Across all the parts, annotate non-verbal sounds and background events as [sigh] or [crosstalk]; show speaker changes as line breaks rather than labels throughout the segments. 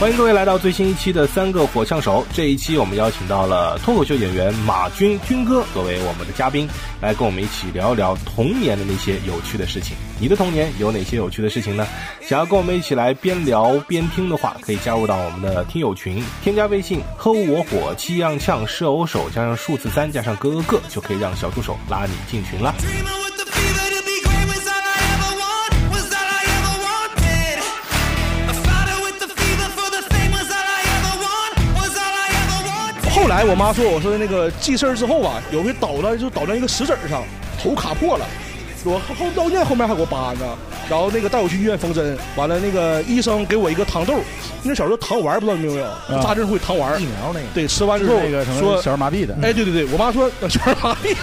欢迎各位来到最新一期的《三个火枪手》。这一期我们邀请到了脱口秀演员马军军哥作为我们的嘉宾，来跟我们一起聊聊童年的那些有趣的事情。你的童年有哪些有趣的事情呢？想要跟我们一起来边聊边听的话，可以加入到我们的听友群，添加微信“呵我火气样呛射偶手”加上数字三加上咯咯咯，就可以让小助手拉你进群啦。
Dreaming with the fever to be great was all I ever want, was all I ever wanted. A fighter with the fever for the fame was all I ever want, was all I ever wanted.
后来我妈说，我说那个记事儿之后啊，有回倒了，就倒在一个石子儿上，头卡破了。我后后到医院后面还给我疤呢，然后那个带我去医院缝针，完了那个医生给我一个糖豆，那小时候糖丸儿不知道你们有没有，扎针会糖丸儿
啊疫，苗那个，
对，吃完
就
之
是
后
那个什么
说
小儿麻痹的，
哎，对对对，我妈说呃小儿麻痹，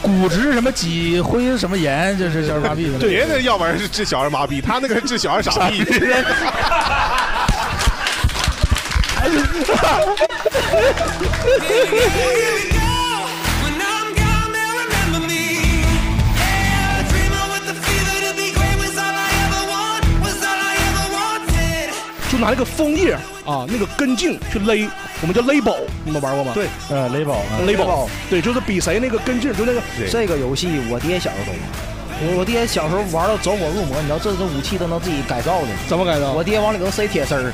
骨质什么脊灰什么炎，就是小儿麻痹的。
别的要不然是治小儿麻痹，他那个是治小儿傻逼。 [laughs]
Here we go. When I'm gone, they'll remember me. Yeah, dreaming with the fever to be great was all I ever want, was all I ever wanted.
就拿那个枫叶啊，那个根茎去勒，我们叫勒宝，你们玩过吗？对，
呃，雷宝啊，
勒宝，对，就是比谁那个根茎，就那个
[laughs]
这个游戏我爹小时候都玩，我我爹小时候玩到走火入魔，你知道这这武器都能自己改造的。
怎么改的？
我爹往里头塞铁丝
[laughs]
儿，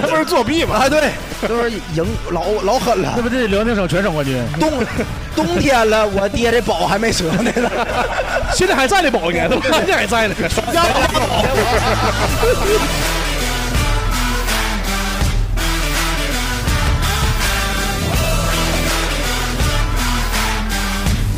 那不是作弊吗？
啊对，就是赢老老狠了
那。不这辽宁省全省冠军，
冬冬天了，我爹这宝还没折呢。
[laughs] 现在还在那宝应该，
[laughs]
都现在还在呢。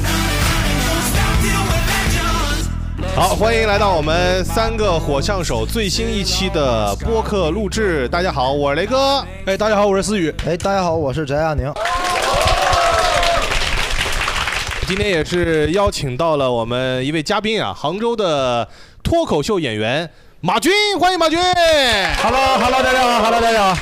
Don't stop till we're legends.
好，欢迎来到我们三个火枪手最新一期的播客录制。大家好，我是雷哥。
哎，大家好，我是思雨。
哎，大家好，我是翟亚宁。
今天也是邀请到了我们一位嘉宾啊，杭州的脱口秀演员马军，欢迎马军。
Hello Hello，大家好，Hello 大家好。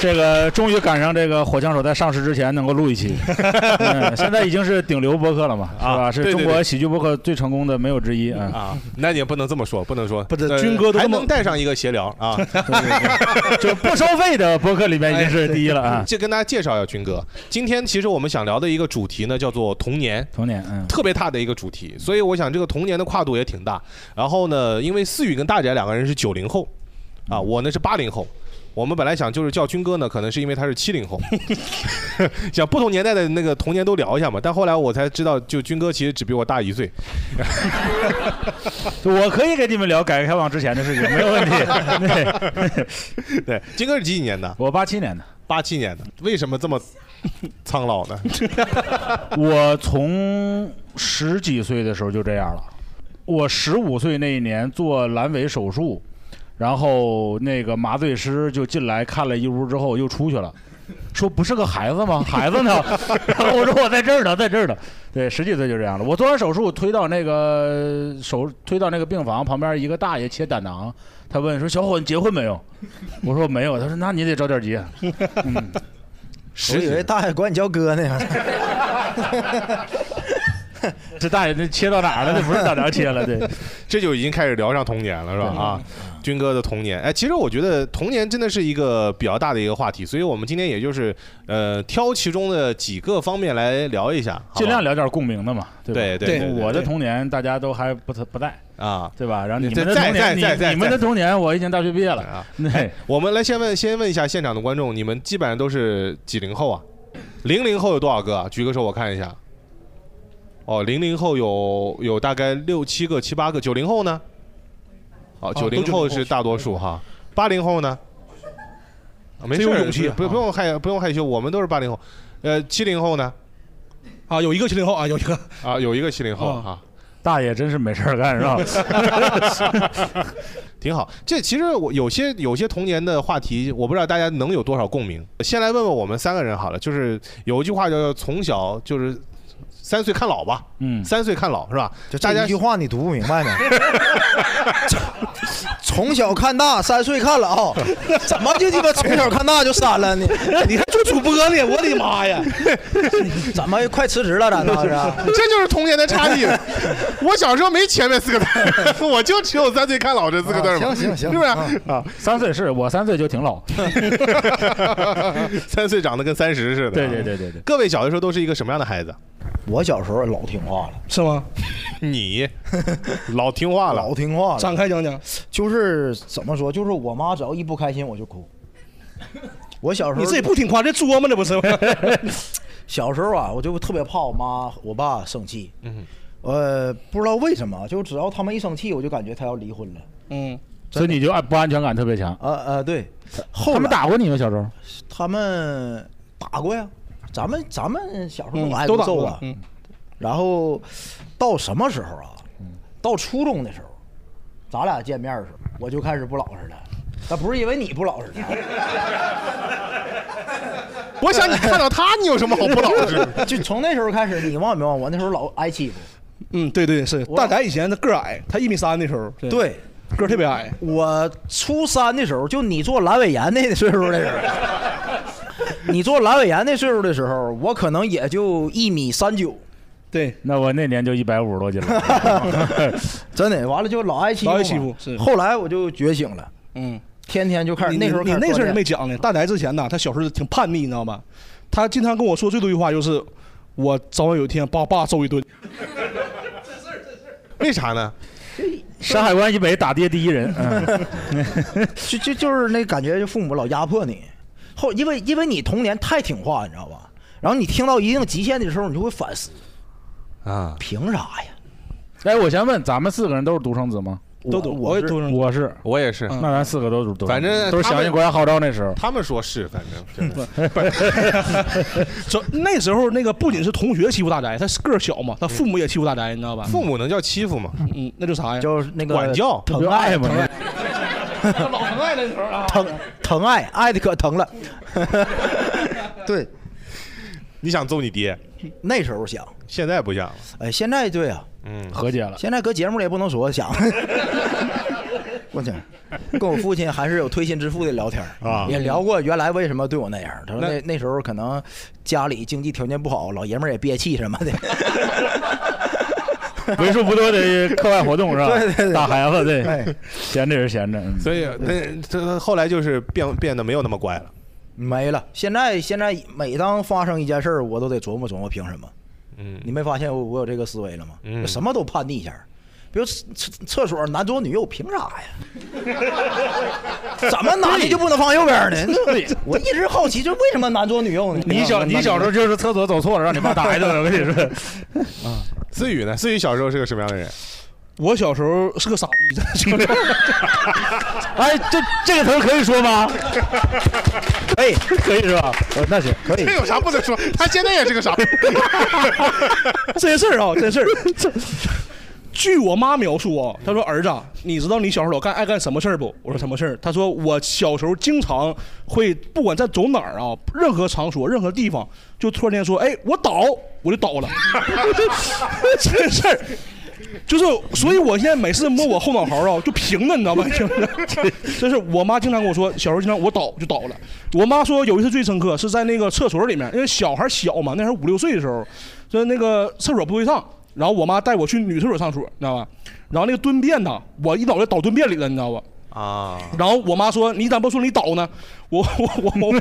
这个终于赶上这个火枪手在上市之前能够录一期， [laughs] 嗯现在已经是顶流播客了嘛，是吧？
啊对
是
对
中国喜剧播客最成功的没有之一啊。
啊，那你也不能这么说，不能说，不
嗯是军哥都
还
这么
能带上一个闲
[laughs]
聊啊。 [laughs]
就不收费的播客里面已经是第一了啊。
哎就跟大家介绍一下军哥，今天其实我们想聊的一个主题呢，叫做童年。
童年，嗯，
特别大的一个主题，所以我想这个童年的跨度也挺大。然后呢，因为思雨跟大姐两个人是九零后，啊，我呢是八零后。我们本来想就是叫军哥呢，可能是因为他是七零后， [laughs] 想不同年代的那个童年都聊一下嘛。但后来我才知道，就军哥其实只比我大一岁。
[laughs]
[laughs]
我可以跟你们聊改革开放之前的事情，没有问题。对，
[laughs] 对，军哥是几几年的？
我八七年的。
八七年的。为什么这么苍老呢？
[laughs] 我从十几岁的时候就这样了。我十五岁那一年做阑尾手术，然后那个麻醉师就进来看了一屋之后又出去了，说不是个孩子吗？ [laughs] 孩子呢？然后我说我在这儿呢，在这儿呢。对，十几岁就这样了。我做完手术推到那个手推到那个病房旁边，一个大爷切胆囊，他问说小伙你结婚没有？我说没有。他说那你得着点急。嗯，
我
十几
以哎为大爷管你叫哥呢。
[laughs] 这大爷这切到哪儿了？这不是胆囊切了，对。
[laughs] 这就已经开始聊上童年了，是吧？啊，军哥的童年，哎，其实我觉得童年真的是一个比较大的一个话题，所以我们今天也就是呃挑其中的几个方面来聊一下，啊好吧
尽量聊点共鸣的嘛，对吧？
对对
对
对
我的童年大家都还不太不在，
啊。
对吧？然后
对
你们的
在
童
在
年，
在
你
在
你们
在
的童年，我已经大学毕业了。
啊，
对，
我们来先问先问一下现场的观众，你们基本上都是几零后啊？零零后有多少个啊？举个手，我看一下。哦，零零后有有大概六七个、七八个，九零后呢？哦，九
都
零
90
后
后
是大多数哈。八零后呢？啊没
真
事
有
儿，
勇气啊
不不用害不用害羞，我们都是八零后。呃，七零后呢？
啊，有一个七零后啊，有一个
啊，有一个七零后
哦
啊，
大爷真是没事儿干，是吧？
[laughs] 挺好。这其实我有些有些童年的话题，我不知道大家能有多少共鸣。先来问问我们三个人好了，就是有一句话叫“从小就是三岁看老吧，
嗯，
三岁看老”是吧？
就
大
这
家 [laughs]
一句话你读不明白吗？从小看大，三岁
[laughs]
看老，怎么就鸡巴从小看大就删了呢？
你还做主播呢？我的妈
[laughs]
呀！
怎么快辞职了？咱倒是，
这就是童年的差异了。我小时候没前面四个字儿，我就只有三岁看老这四个字儿嘛。
啊行行行
是不是
啊
啊？
三岁是我三岁就挺老，
[laughs] 三岁长得跟三十似的。
对对对对对，
各位小的时候都是一个什么样的孩子？
我小时候老听话了，
是吗？
你老听话了
老，听话了，
展开讲讲，
就是怎么说，就是我妈只要一不开心我就
[laughs]
哭。我小时
[laughs]
候
你自己不听话，这琢磨呢不是？
[laughs] 小时候啊，我就特别怕我妈我爸生气，
嗯，
呃，不知道为什么，就只要他们一生气，我就感觉他要离婚了。
嗯，
所以你就安不安全感特别强。
呃呃，对，后
他们
来
打过你吗？小时候？
他们打过呀，咱们咱们小时候
嗯
挨
都
过
打
揍
过
啊。
嗯
然后到什么时候啊？到初中的时候，咱俩见面的时候，我就开始不老实了。那不是因为你不老实的，
我想你看到他，你有什么好不老实？
[laughs] 就从那时候开始，你忘没忘？我那时候老挨欺负。
嗯，对对是。
我
大宅以前他个儿矮，他一米三的时候，对
对，
个儿特别矮。
我呃初三的时候，就你做阑尾炎那岁数的时候，你做阑尾炎那岁数的时候，我可能也就一米三九，
对，
那我那年就一百五十多斤了。
[laughs] 真的。完了就老挨欺负嘛，
老挨欺负是
后来我就觉醒了，
嗯，
天天就开始
你
那时候
你
开始
那事
锻
儿
炼
没讲呢。大宅之前呢，他小时候挺叛逆，你知道吗？他经常跟我说最多一句话就是：“我早晚有一天把我爸揍一顿。
[laughs] 为啥呢？
山海关以北打爹第一
[laughs]
人，
[laughs]
嗯
[laughs] 就就就是那感觉，就父母老压迫你，后因为因为你童年太听话，你知道吧？然后你听到一定极限的时候，你就会反思，
啊，
凭啥呀？
哎，我先问，咱们四个人都是独生子吗？”
都懂，
懂，
我
我
也
是
都能。
我是，
我也是。
那咱四个都是独生子，
反正
都是
他们
响应国家号召那时候。
他们说是，反正真的
[laughs] 这那时候那个不仅是同学欺负大宅，他个儿小嘛，他父母也欺负大宅，你知道吧？
父母能 [laughs] 叫欺负吗？
嗯，那就啥呀？
就是那个
管教
不
疼
就
爱
爱吗？
[laughs] 老疼爱那时候啊。
疼疼爱，爱的可疼
[laughs]
了。对，
你想揍你爹，
那时候想，
现在不想了。
哎，现在对啊，
嗯，
和解了。
现在搁节目里也不能说想。 [laughs] 我去，跟我父亲还是有推心置腹的聊天儿
啊
也聊过原来为什么对我那样儿。他说
那
那那时候可能家里经济条件不好，老爷们儿也憋气
[laughs]
什么的。
为数不多的课外活动是吧？
[laughs] 对对对
打孩子对
哎，
闲着也是闲着。嗯
所以那这后来就是变变得没有那么乖了。
没了。现在现在每当发生一件事儿，我都得琢磨琢磨凭什么。
嗯
你没发现我我有这个思维了吗？
嗯
我什么都叛逆一下儿，比如厕厕厕所男左女右，凭啥
[laughs]
呀？怎么男的就不能放右边儿呢？那我一直好奇，这为什么男左女右呢？
你小你小时候就是厕所走错了，让 [laughs] 你爸打一顿了，我跟你说。
[laughs] 思雨呢？思雨小时候是个什么样的人？
[laughs] 我小时候是个傻逼，真
[laughs]
的。
哎，这这个词儿可以说
[laughs]
吗？
可以
可以是吧？呃那行，
可以
这，有啥不能说？他现在也是个
[laughs]
傻逼。
这事儿啊，这事儿，这据我妈描述啊，她说儿子啊，你知道你小时候老干爱干什么事儿不？我说什么事儿？她说我小时候经常会，不管在走哪儿啊，任何场所、任何地方，就突然间说，哎，我倒，我就倒了， [laughs] 这事儿。就是，所以我现在每次摸我后脑勺啊，就平的，你知 [laughs] 道吧？就是， [laughs] 就是我妈经常跟我说，小时候经常我倒就倒了。我妈说有一次最深刻是在那个厕所里面，因为小孩小嘛，那时候五六岁的时候，就是那个厕所不会上，然后我妈带我去女厕所上厕所，你知道吧？然后那个蹲便呐，我一脑袋倒蹲便里了，你知道吧？
啊，
然后我妈说：“你咋不说你倒呢？”我我我我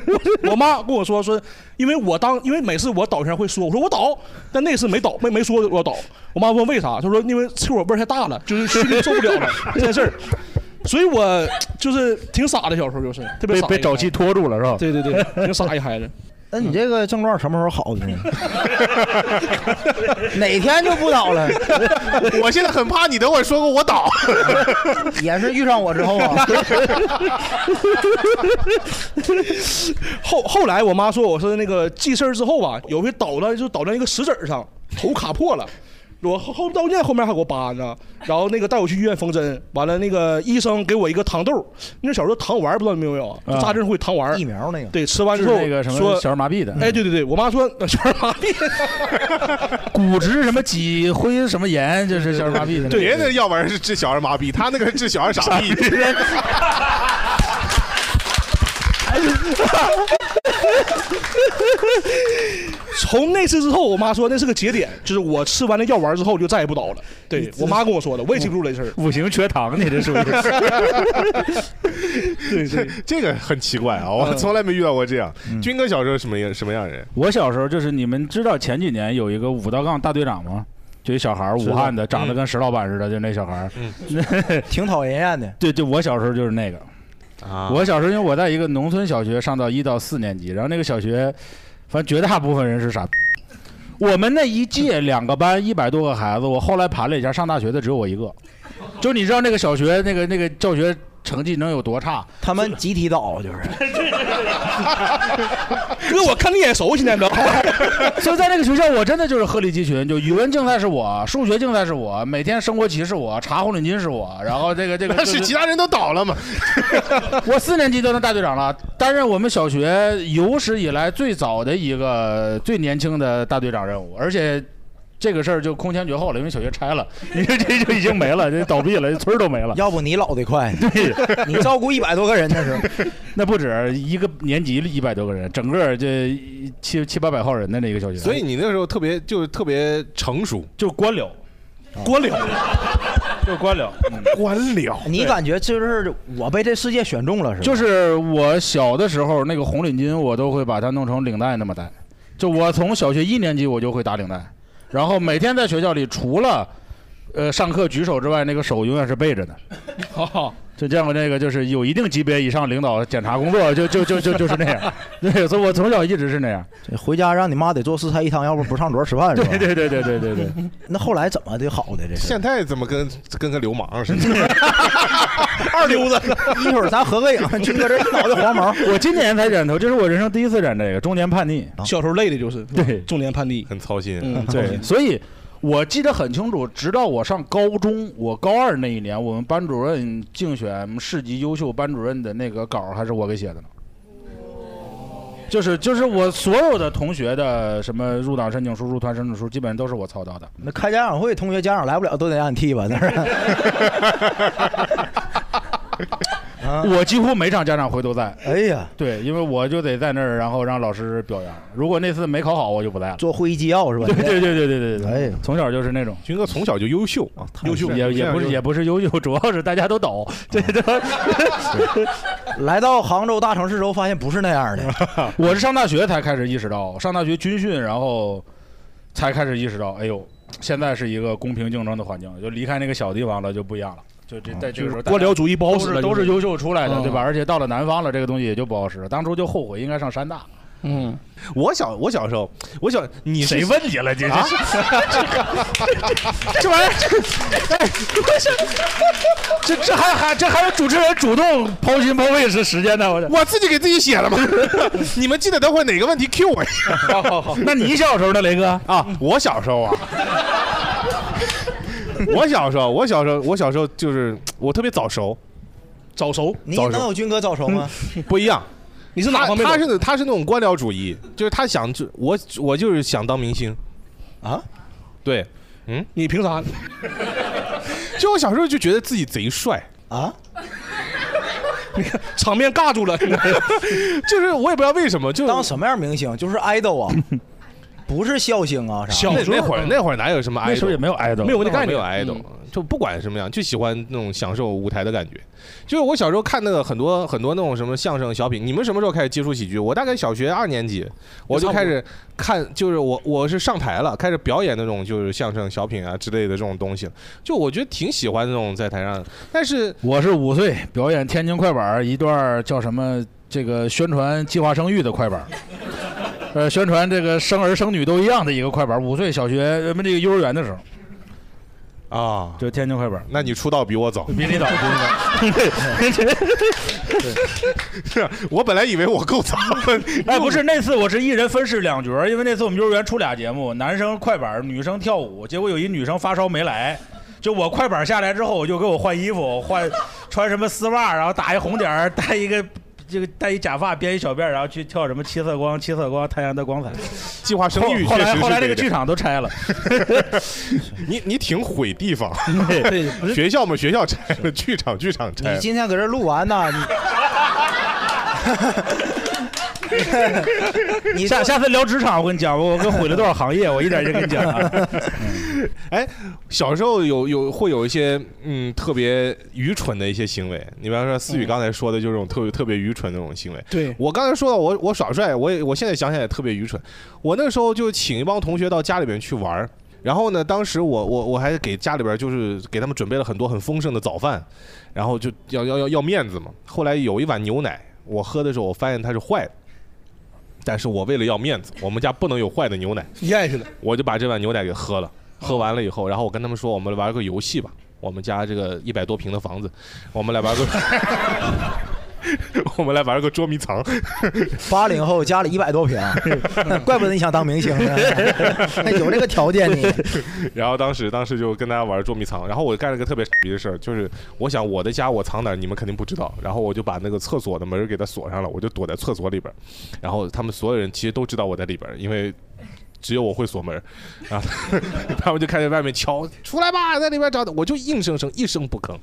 我妈跟我说说，因为我当因为每次我倒前会说，我说我倒，但那次没倒，没没说我倒。我妈问为啥，她说因为厕所味儿太大了，就是心里受不了了 [laughs] 这事儿。所以我就是挺傻的，小时
[laughs]
候就是特别
被
傻，
被沼气。拖住了是吧？
对对对，挺傻一孩子。
[laughs] 那你这个症状什么时候好的呢？ [laughs] 哪天就不倒了？
我现在很怕你等会儿说过我倒。
[laughs] 也是遇上我之后啊，
[laughs] 后后来我啊妈说我是那个记事儿之后吧，有一回倒了就倒在一个石子儿上，头卡破了。我后后到医院后面还给我扒呢，然后那个带我去医院缝针，完了那个医生给我一个糖豆，那小时候糖丸不知道你们有没有啊，就扎针会糖丸，
疫苗那个
对，吃完之
治
后
那个什么
说
小儿麻痹的
哎，对对对，我妈说呃小儿麻痹，
骨质什么脊灰什么炎，就是小儿麻痹的。
别的要不然是治小儿麻痹，他那个治小儿
[laughs]
傻逼。 [laughs]
[laughs] 从那次之后，我妈说那是个节点，就是我吃完那药丸之后就再也不倒了。对我妈跟我说的，我也记不住这事儿。
五行缺糖，你这属于是
对对，
这个 [laughs] 很奇怪啊，
嗯
我从来没遇到过这样。军哥小时候什么样什么样人？
我小时候就是你们知道前几年有一个五道杠大队长吗？就一小孩儿，武汉的，长得跟石老板似的，就那小孩儿。
嗯
[laughs]
挺讨人厌的。
对，就我小时候就是那个。
啊
我小时候因为我在一个农村小学上到一到四年级，然后那个小学，反正绝大部分人是傻逼。我们那一届两个班一百多个孩子，我后来盘了一下，上大学的只有我一个。就你知道那个小学那个那个教学成绩能有多差？
他们集体倒就是，
[laughs] 哥，我看你眼熟，现在
[laughs]
都。
所以在那个学校，我真的就是鹤立鸡群，就语文竞赛是我，数学竞赛是我，每天升国旗是我，查红领巾是我，然后这个这
[laughs]
个、
但
就是
其他人都倒了嘛？
[laughs] 我四年级就当大队长了，担任我们小学有史以来最早的一个最年轻的大队长任务，而且。这个事儿就空前绝后了，因为小学拆了， [laughs] 你这这就已经没了，这倒闭了，这村儿都没了。
要不你老得快， [laughs] 你照顾一百多个人那是。
[laughs] 那不止一个年级一百多个人，整个这一七七八百号人的那个小学，
所以你那时候特别就是特别成熟，哦
就官僚，官僚，就官僚。嗯
官僚。
你感觉就是我被这世界选中了是吧？
就是我小的时候那个红领巾，我都会把它弄成领带那么戴。就我从小学一年级我就会打领带，然后每天在学校里除了呃上课举手之外，那个手永远是背着的。
好，
就见过那个就是有一定级别以上领导检查工作，就就就就就是那
[laughs]
样。对，所以我从小一直是那样。
回家让你妈得做四菜一汤，要不不上桌吃饭是吧？
[laughs] 对对对对对对对。
[laughs] 那后来怎么的好的这是？
现在怎么跟跟个流氓似的？
二溜子， [laughs] 一会儿咱合个影，
[laughs]
就搁这一脑袋黄毛。
我今年才染头，这是我人生第一次染这个，中年叛
啊
逆。
小时候累的就是
对
中年叛逆。
很操心。
嗯，
对，所以我记得很清楚，直到我上高中，我高二那一年，我们班主任竞选市级优秀班主任的那个稿儿还是我给写的呢。就是就是我所有的同学的什么入党申请书、入团申请书，基本上都是我操刀的。
那开家长会，同学家长来不了都得让你替吧？那是。
我几乎每场家长会都在，
啊哎呀，
对，因为我就得在那儿，然后让老师表扬。如果那次没考好，我就不在了。
做会议纪要是吧？
对对对对对对
哎
对
呀，
从小就是那种。
军哥从小就优秀啊，优秀
也也不是也不是优秀， [laughs] 主要是大家都倒，对对。
[laughs] 来到杭州大城市之后，发现不是那样的。
[laughs] 我是上大学才开始意识到，上大学军训，然后才开始意识到，哎呦，现在是一个公平竞争的环境，就离开那个小地方了，就不一样了。就这在这个时候，
官僚主义不好
都
使
是
了，
都
就是
优秀出来的，
嗯
对吧？而且到了南方了，这个东西也就不好使了。当初就后悔应该上山大，
嗯，
我小我小时候，我小你是
谁问你了？这
啊
这？ [laughs]
[laughs]
这玩意 [laughs] 儿，这哎，我是这这还还这还有主持人主动抛心抛肺是时间呢？我这。
我自己给自己写了吗？ [laughs] 你们记得等会哪个问题 Q 我一下
好好好， [laughs] [laughs] 那你小时候呢，
[laughs]
雷哥？
啊！我小时候啊，
[laughs]
我小时候，我小时候，我小时候就是我特别早熟，
早熟。
[laughs] 你
早熟
能有军哥早熟吗？
不一 [laughs] 样。
你是哪
他
方面
他
的？
是他是那种官僚主义，就是他想就我我就是想当明星
啊，
对，嗯
你凭啥？
[laughs] 就我小时候就觉得自己贼帅， [laughs]
啊，
场面尬住
[laughs]
了。
就是我也不知道为什么，就
当什么样明星？就是 idol 啊，
[laughs]
不是笑星啊啥。
小
那
时候
那会儿嗯那会儿哪有什么 idol，
那时候也没有 idol，
没有那嗯
概念
没有 idol，、就不管什么样，就喜欢那种享受舞台的感觉。就是我小时候看那个很多很多那种什么相声、小品，你们什么时候开始接触喜剧？我大概小学二年级，我就开始看，就是我我是上台了，开始表演那种就是相声、小品啊之类的这种东西了。就我觉得挺喜欢那种在台上，但是
[laughs] 我是五岁表演天津快板儿一段儿叫什么这个宣传计划生育的快板儿，呃，宣传这个生儿生女都一样的一个快板儿。五岁小学呃不那个幼儿园的时候，
啊，
就天津快本。
那你出道比我早，
比你早，
比你早。 [laughs] 是啊我本来以为我够早，
[laughs] 哎，不是那次我是一人分饰两角儿，因为那次我们幼儿园出俩节目，男生快板，女生跳舞，结果有一女生发烧没来。就我快板下来之后，我就给我换衣服，换穿什么丝袜，然后打一红点儿，戴一个这个戴一假发，编一小辫儿，然后去跳什么七色光，七色光，太阳的光彩。
[laughs] 计划生育
后后
确实
来
是
后来
这
这个
点
剧场都拆了。
[laughs] 你你挺毁
[laughs]
地方
对不，是
学校嘛学校拆了，剧场剧场拆
你
了。
今天搁这录完呢， [laughs] 你你
下下次聊 [laughs] 职场，我跟你讲，我我跟毁了多少行业，我一点一点跟你讲啊。
哎，小时候有有会有一些嗯特别愚蠢的一些行为，你比方说思雨刚才说的，就是这种特别特别愚蠢的那种行为。
对
我刚才说到我我耍帅，我也我现在想想也特别愚蠢。我那时候就请一帮同学到家里边去玩儿然后呢，当时我我我还给家里边儿就是给他们准备了很多很丰盛的早饭，然后就要要要要面子嘛。后来有一碗牛奶，我喝的时候我发现它是坏的，但是我为了要面子，我们家不能有坏的牛奶，
咽下来，
我就把这碗牛奶给喝了。喝完了以后，然后我跟他们说，我们玩个游戏吧。我们家这个一百多平的房子，我们来玩个， [laughs] 我们来玩个捉迷藏。
八零后家里一百多平，怪不得你想当明星 [laughs] 呢，
[laughs]
哎有这个条件你。
然后当时当时就跟大家玩捉迷藏，然后我干了个特别傻逼的事儿，就是我想我的家我藏哪儿，你们肯定不知道，然后我就把那个厕所的门儿给它锁上了，我就躲在厕所里边儿，然后他们所有人其实都知道我在里边儿，因为。只有我会锁门儿， [laughs] 然后他们就开始外面敲，出来吧，在里边找我，我就硬生生一声不吭，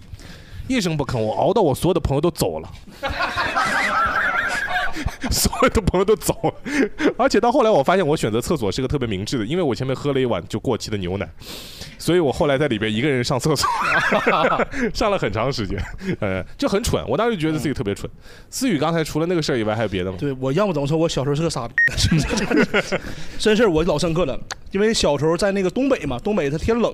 一声不吭，我熬到我所有的朋友都走了， [laughs] 所有的朋友都走了，而且到后来我发现我选择厕所是个特别明智的，因为我前面喝了一碗就过期的牛奶，所以我后来在里边一个人上厕所， [laughs] 上了很长时间，呃，就很蠢。我当时觉得自己特别蠢。思雨刚才除了那个事儿以外，还有别的吗？
对我要么怎么说，我小时候是个傻逼， [laughs] 真事儿我老深刻了。因为小时候在那个东北嘛，东北它天冷，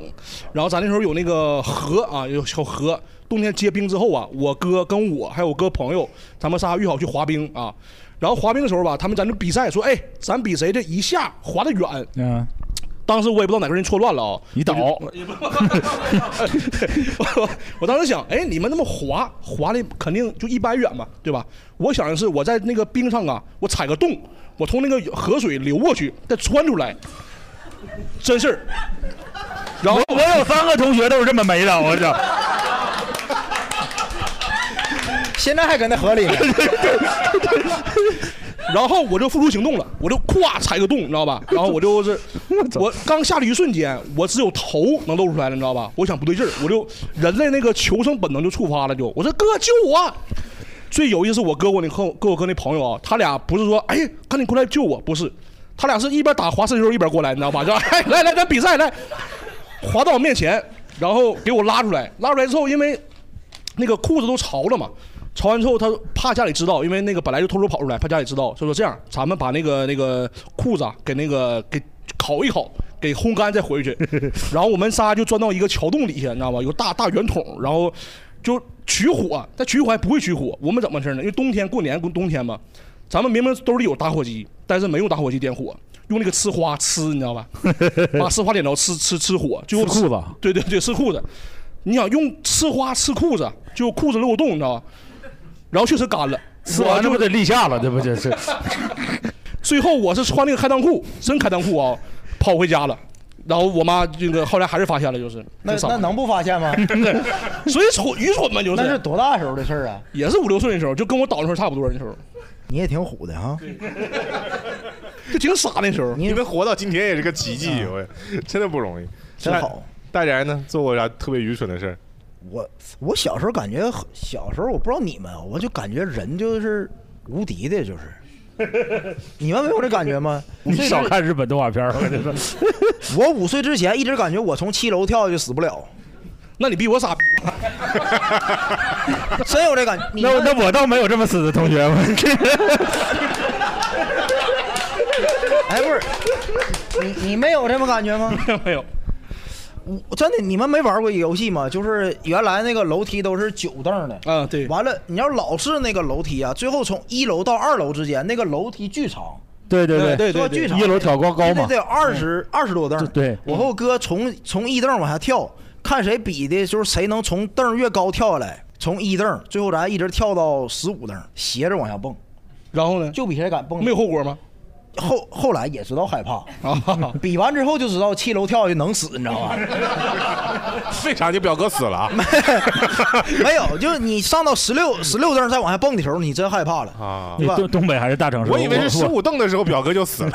然后咱那时候有那个河啊，有小河，冬天结冰之后啊，我哥跟我还有我哥朋友，咱们仨约好去滑冰啊。然后滑冰的时候吧，他们咱就比赛，说哎，咱比谁这一下滑得远。
嗯，
当时我也不知道哪个人错乱了啊，
你倒，
我 [laughs] 我当时想，哎，你们那么滑滑的肯定就一般远嘛，对吧？我想的是我在那个冰上啊，我踩个洞，我从那个河水流过去，再穿出来，真事儿。然后
我我有三个同学都是这么没的，我
[laughs]
讲。
现在还搁那
[laughs]
河里呢，
然后我就付出行动了，我就咵踩个洞，你知道吧？然后我就是我刚下去一瞬间，我只有头能露出来了，你知道吧？我想不对劲儿，我就人类那个求生本能就触发了，就我说哥救我！最有意思是我哥我那和我跟我哥那朋友啊，他俩不是说哎赶紧过来救我，不是，他俩是一边打滑石球一边过来，你知道吧？就 [laughs] 哎来来咱比赛来，滑到我面前，然后给我拉出来，拉出来之后因为那个裤子都潮了嘛。潮完之后，他怕家里知道，因为那个本来就偷偷跑出来，怕家里知道，所以说这样，咱们把那个那个裤子啊，给那个给烤一烤，给烘干
[laughs]
再回去。然后我们仨就钻到一个桥洞底下，你知道吧？有个大大圆筒，然后就取火，但取火还不会取火，我们怎么回事呢？因为冬天过年冬天嘛，咱们明明兜里有打火机，但是没用打火机点火，用那个呲花呲，你
[laughs]
知道吧？把呲花点着，呲呲呲火，最后
呲裤子
对对对，呲裤子。你想用呲花呲裤子，就裤子漏洞，你知道吧？然后确实干了，
撕完
我
了
就
不得立夏了，对不对？是，
[laughs]
[laughs]
最后我是穿那个开裆裤，真开裆裤啊，跑回家了。然后我妈这个后来还是发现了，就是
那
真傻
那能不发现吗？
所以蠢 [laughs] 愚蠢嘛，就
那是
是
多大时候的事儿啊？
也是五六岁的时候，就跟我倒那时候差不多那时候，
你也挺虎的哈，
就挺傻那时候。
你们 [laughs] 活到今天也是个奇迹，我真的不容易。
嗯真好。
大然呢，做过啥特别愚蠢的事儿？
我我小时候感觉，小时候我不知道你们，我就感觉人就是无敌的，就是。你们没有这感觉吗？
[laughs] 你少看日本动画片儿，我跟你说。
[laughs] 我五岁之前一直感觉我从七楼跳下去死不了，
那你比我傻逼，
[laughs] 真有这感觉。你
那
们
那我倒没有这么死的同学们。
哎，不是，你你没有这么感觉吗？
没有。
我真的，你们没玩过一个游戏吗？就是原来那个楼梯都是九凳的，
啊对
完了，你要老是那个楼梯啊，最后从一楼到二楼之间，那个楼梯巨长，
对对
对
说巨长，
一楼挑高高
那
嘛
得。有二十二十多凳儿。
嗯对
我和我哥从从一凳往下跳，看谁比的，就是谁能从凳儿越高跳下来，从一凳儿最后咱一直跳到十五凳儿，斜着往下蹦。
然后呢？
就比谁敢蹦。
没有后果吗？啊
后后来也知道害怕， [laughs] 比完之后就知道七楼跳下去能死，你知道吗？
为啥就表哥死了啊？
[laughs] 没有，就是你上到十六十六凳再往下蹦的时候，你真害怕了
啊
对吧？
东北还是大城市
我以为
我
是十
我
五凳的时候表哥就死了。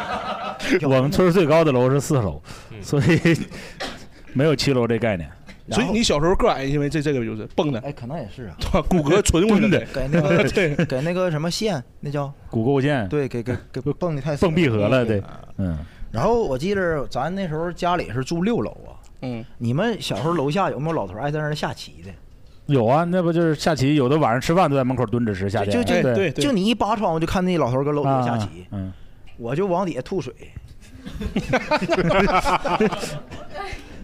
[laughs] 我们村儿最高的楼是四楼，所以 [laughs] 没有七楼这概念。
所以你小时候个矮，因为这这个就是蹦的，[laughs]
哎，可能也是啊，
骨骼存回来的，
给那
对 [laughs]
个给那个什么线，那叫
骨构线
对，给给给蹦的太死
蹦闭合了，对，嗯，
啊然后我记着咱那时候家里是住六楼啊，
嗯，
你们小时候楼下有没有老头爱在那儿下棋的？
有啊，那不就是下棋？有的晚上吃饭都在门口蹲着吃，夏天
就
哎
就
啊对
就你一扒窗户就看那老头跟楼
啊
底下下棋，
嗯，
我就往底下吐水， [laughs]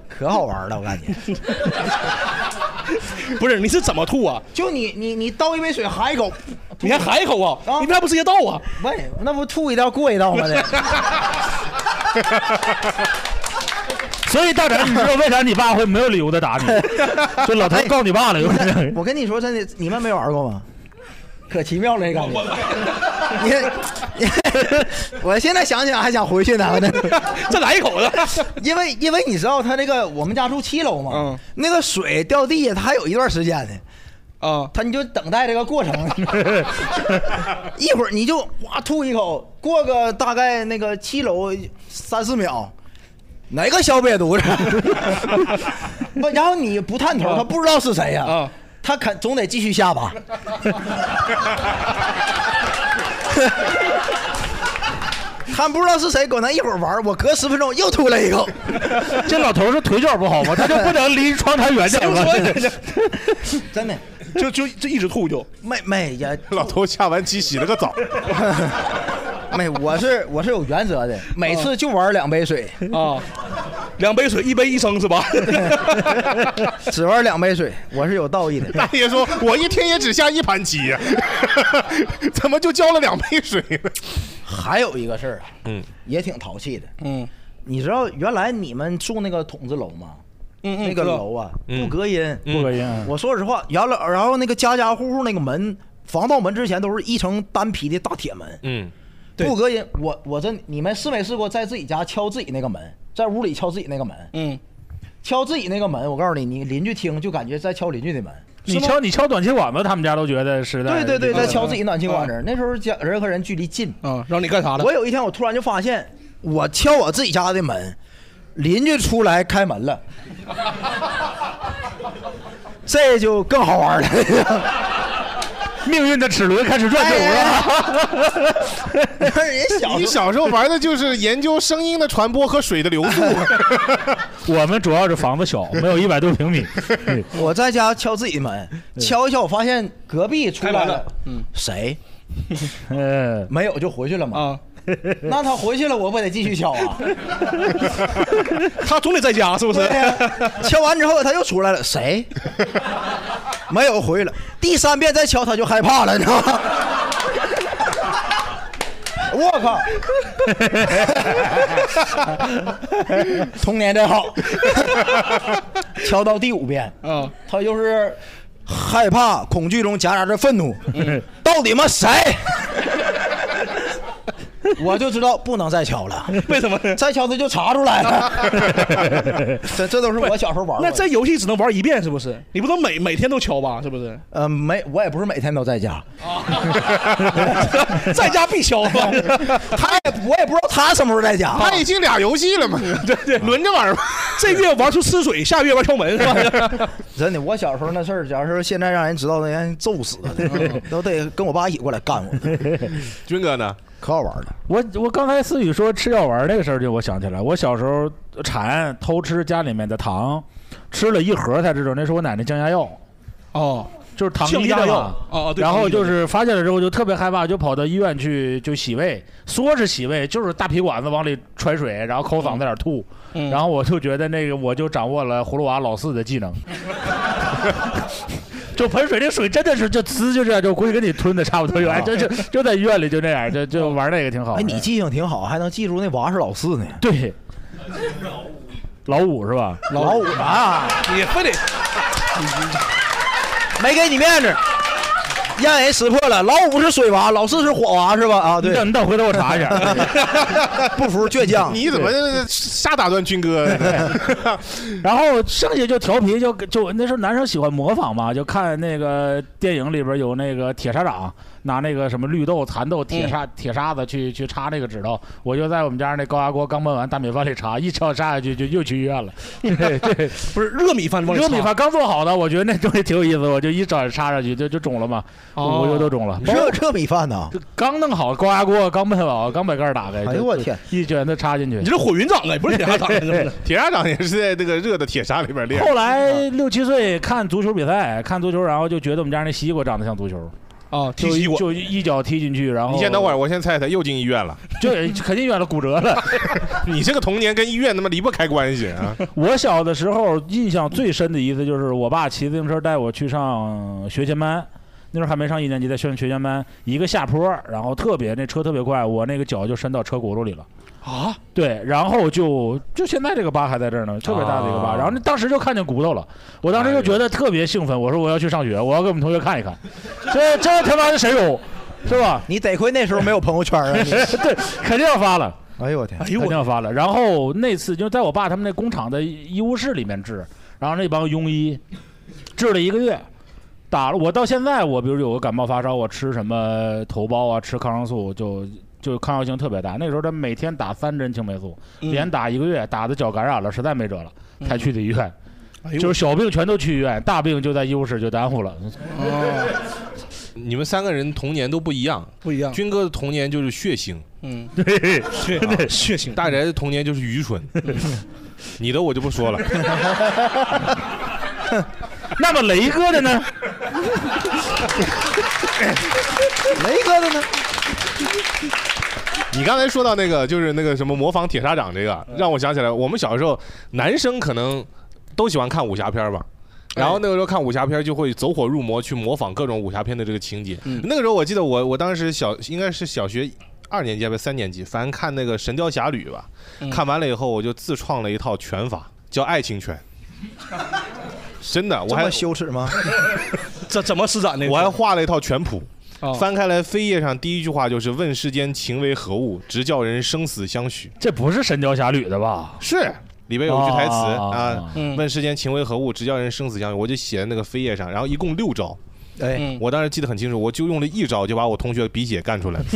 可好玩了，我感觉。
[laughs] 不是，你是怎么吐啊？
就你你你倒一杯水含一口，
你还含一口啊？
啊
你为
[laughs]
啥不直接倒啊？
喂，那不吐一道过一道吗？这
[laughs] 所以大展，你知道为啥你爸会没有理由的
[laughs]
打你？就老头告你爸了，有可能。
我跟哎你说真的，你们没玩过吗？可奇妙了，这感觉。你， [laughs] 你我现在想想还想回去呢，
[laughs]
我真的。
再来一口子，
[laughs] 因为因为你知道他那个我们家住七楼嘛，
嗯
那个水掉地下，它还有一段时间呢，
啊，
他你就等待这
[laughs]
个过程， [laughs] 一会儿你就哇吐一口，过个大概那个七楼三四秒。哪个小瘪犊啊子？ [laughs] 不，然后你不探头，他不知道是谁呀、
啊
他肯总得继续下 [laughs] 吧。他不知道是谁，搁那一会儿玩儿，我隔十分钟又吐了一 [laughs] 口。
这老头是腿脚不好吗？他就不能离窗台远
[laughs]
点吗？
[laughs]
真的，
就就就一直吐就，
没没也
[laughs] 老头下完棋洗了
[laughs]
个澡，
没，我是我是有原则的，每次就玩两杯水，
啊，两杯水，一杯一升是吧？
[laughs] 只玩两杯水，我是有
[laughs]
道义的。
大爷说：“我一天也只下一盘棋呀， [laughs] 怎么就浇了两杯水呢
还有一个事儿啊，嗯，也挺淘气的。
嗯
你知道原来你们住那个筒子楼吗？
嗯嗯，
那个
知道嗯
楼啊，不隔音。
不啊可言。
我说实话，原来然后那个家家户户那个门，防盗门之前都是一层单皮的大铁门？”，
嗯，
对
不隔音。我我真，你们试没试过在自己家敲自己那个门，在屋里敲自己那个门，
嗯，
敲自己那个门，我告诉你，你邻居听就感觉在敲邻居的门。
你敲你敲短气管子，他们家都觉得是在
对对对，
在
在敲自己暖气
啊
管子儿。那时候家人和人距离近，
嗯啊，让你干啥了？
我有一天我突然就发现，我敲我自己家的门，邻居出来开门了，这就更好玩了。
命运的齿轮开始转
哎
动
[laughs]
了。
但哎是人小时候
你小时候玩的就是研究声音的传播和水的流速。
我们主要是房子小，没有一百多平米。嗯对
[laughs] 我在家敲自己门，敲一敲，我发现隔壁出来
开门了嗯，
[laughs]
谁
呃，
没有就回去了嘛。
啊，
[laughs] 那他回去了，我不得继续敲啊？
[laughs] 他总得在家是不是？
对呀、敲完之后他又出来了，谁？ [laughs] 没有回了。第三遍再敲他就害怕了，你知
[laughs]
道吗？我
[laughs]
靠！童年真好。敲到第五遍，
啊，
他就是害怕、恐惧中夹杂着愤怒，
嗯
到底妈
[laughs]
谁？我就知道不能再敲了，
为什么呢？
再敲他就查出
[laughs]
来了。这这都是我小时候玩过的。
那
[laughs]
这 [laughs] 游戏只能玩一遍是不是？你不能每每天都敲吧是不是？
呃没，我也不是每天都在家，
[laughs] 在家必敲吧。
他也 [laughs] 我也不知道他什么时候在家。啊
他已经俩游
[laughs]
戏了嘛，对对，轮着玩吧。
这月玩出吃水，下月玩敲门是吧？
真的，我小时候那事儿，假如说现在让人知道，那人揍死了，
[laughs]
都得跟我爸一起过来干我，
军哥呢？
可好玩了。
我我刚才思雨说吃药丸那个事儿，就我想起来，我小时候馋偷吃家里面的糖，吃了一盒才知道那是我奶奶降压药，
哦，
就是糖
降
衣
压
的
药
嘛。
哦哦对
然
糖衣
后
的
就是发现了之后就特别害怕，就跑到医院去就洗胃，说是洗胃，就是大皮管子往里揣水，然后抠嗓子眼儿吐。
嗯
然后我就觉得那个我就掌握了葫芦娃老四的技能。
嗯
就盆水，这水真的是就滋就这样，就估计跟你吞的差不多有，哎，
嗯
就就就在医院里就那样，就就玩那个挺好。
哎，你记性挺好，还能记住那娃是老四呢。
对，老五是吧？
[laughs] 老五
[laughs]
啊，
你非得
没给你面子，让人识破了。老五是水娃，老四是火娃是吧？啊，对，
你等你等回头我查一
[laughs]
下
[laughs] 不服倔强，
你怎么瞎打断军哥？
[laughs] 然后剩下就调皮，就就那时候男生喜欢模仿嘛，就看那个电影里边有那个铁砂掌，拿那个什么绿豆、蚕豆、铁
嗯
砂、铁砂子去去插那个指头。我就在我们家那高压锅刚焖完大米饭里插，一敲插下去就又去医院了。对对，
[laughs] 不是热米饭往里
热
插
米饭刚做好的，我觉得那东西挺有意思，我就一掌插上去就就肿了嘛，
哦
我就都肿了。
热热米饭呐，
就刚弄好高压锅，刚焖好，刚把盖儿打开，
哎呦
就
我天，
一卷子插进去
你。这 [laughs] 火云掌啊，不是铁砂
[laughs]
掌
[laughs]
啊，真的。
铁砂掌也是在这个热的铁砂里边练。
后来六七岁看足球比赛，看足球，然后就觉得我们家那西瓜长得像足球，
啊，
就
踢西瓜，
就一脚踢进去，
哦
然后
你先等会儿，我先猜猜，又进医院了。
就肯定远了骨折了。
[laughs] 你这个童年跟医院他妈离不开关系啊！
[laughs] 我小的时候印象最深的一次就是我爸骑自行车带我去上学前班，那时候还没上一年级，在上学前班，一个下坡，然后特别那车特别快，我那个脚就伸到车轱辘里了。
啊，
对，然后就就现在这个疤还在这儿呢，特别大的一个疤。
啊
然后那当时就看见骨头了，我当时就觉得特别兴奋，我说我要去上学，我要给我们同学看一看，这这他妈是谁有，是吧？
你得亏那时候没有朋友圈啊。你
[laughs] 对，肯定要发了，
哎呦我天，
哎呦
肯定
我，
要发了。然后那次就在我爸他们那工厂的医务室里面治，然后那帮庸医治了一个月。打了我到现在，我比如有个感冒发烧，我吃什么头孢啊，吃抗生素就就抗药性特别大。那时候他每天打三针青霉素，
嗯
连打一个月，打的脚感染了，实在没辙了，
嗯
才去的医院。
哎
呦
就是小病全都去医院，大病就在医务室就耽误了。 [laughs]
你们三个人童年都不一样，
不一样，
军哥的童年就是血腥，
嗯，
对，
血血腥，嗯
大宅的童年就是愚蠢，你的我就不说了。
那么雷哥的呢？
[laughs] 雷哥的呢？
你刚才说到那个，就是那个什么模仿铁砂掌这个，
嗯
让我想起来，我们小时候男生可能都喜欢看武侠片吧。
哎
然后那个时候看武侠片就会走火入魔，去模仿各种武侠片的这个情节。
嗯
那个时候我记得我我当时小应该是小学二年级还是三年级，反正看那个《神雕侠侣》吧，
嗯
看完了以后我就自创了一套拳法，叫爱情拳。 [laughs] 真的，我
这
还
么羞耻吗？ [laughs]
怎怎么施展的？
我还画了一套拳谱，
哦
翻开来扉页上第一句话就是“问世间情为何物，直叫人生死相许”。
这不是《神雕侠侣》的吧？
是 [laughs] 里边有一句台词
哦
啊，
嗯
问世间情为何物，直教人生死相许。我就写在那个扉页上，然后一共六招。
哎，
嗯
我当时记得很清楚，我就用了一招就把我同学鼻血干出
[laughs]
来了。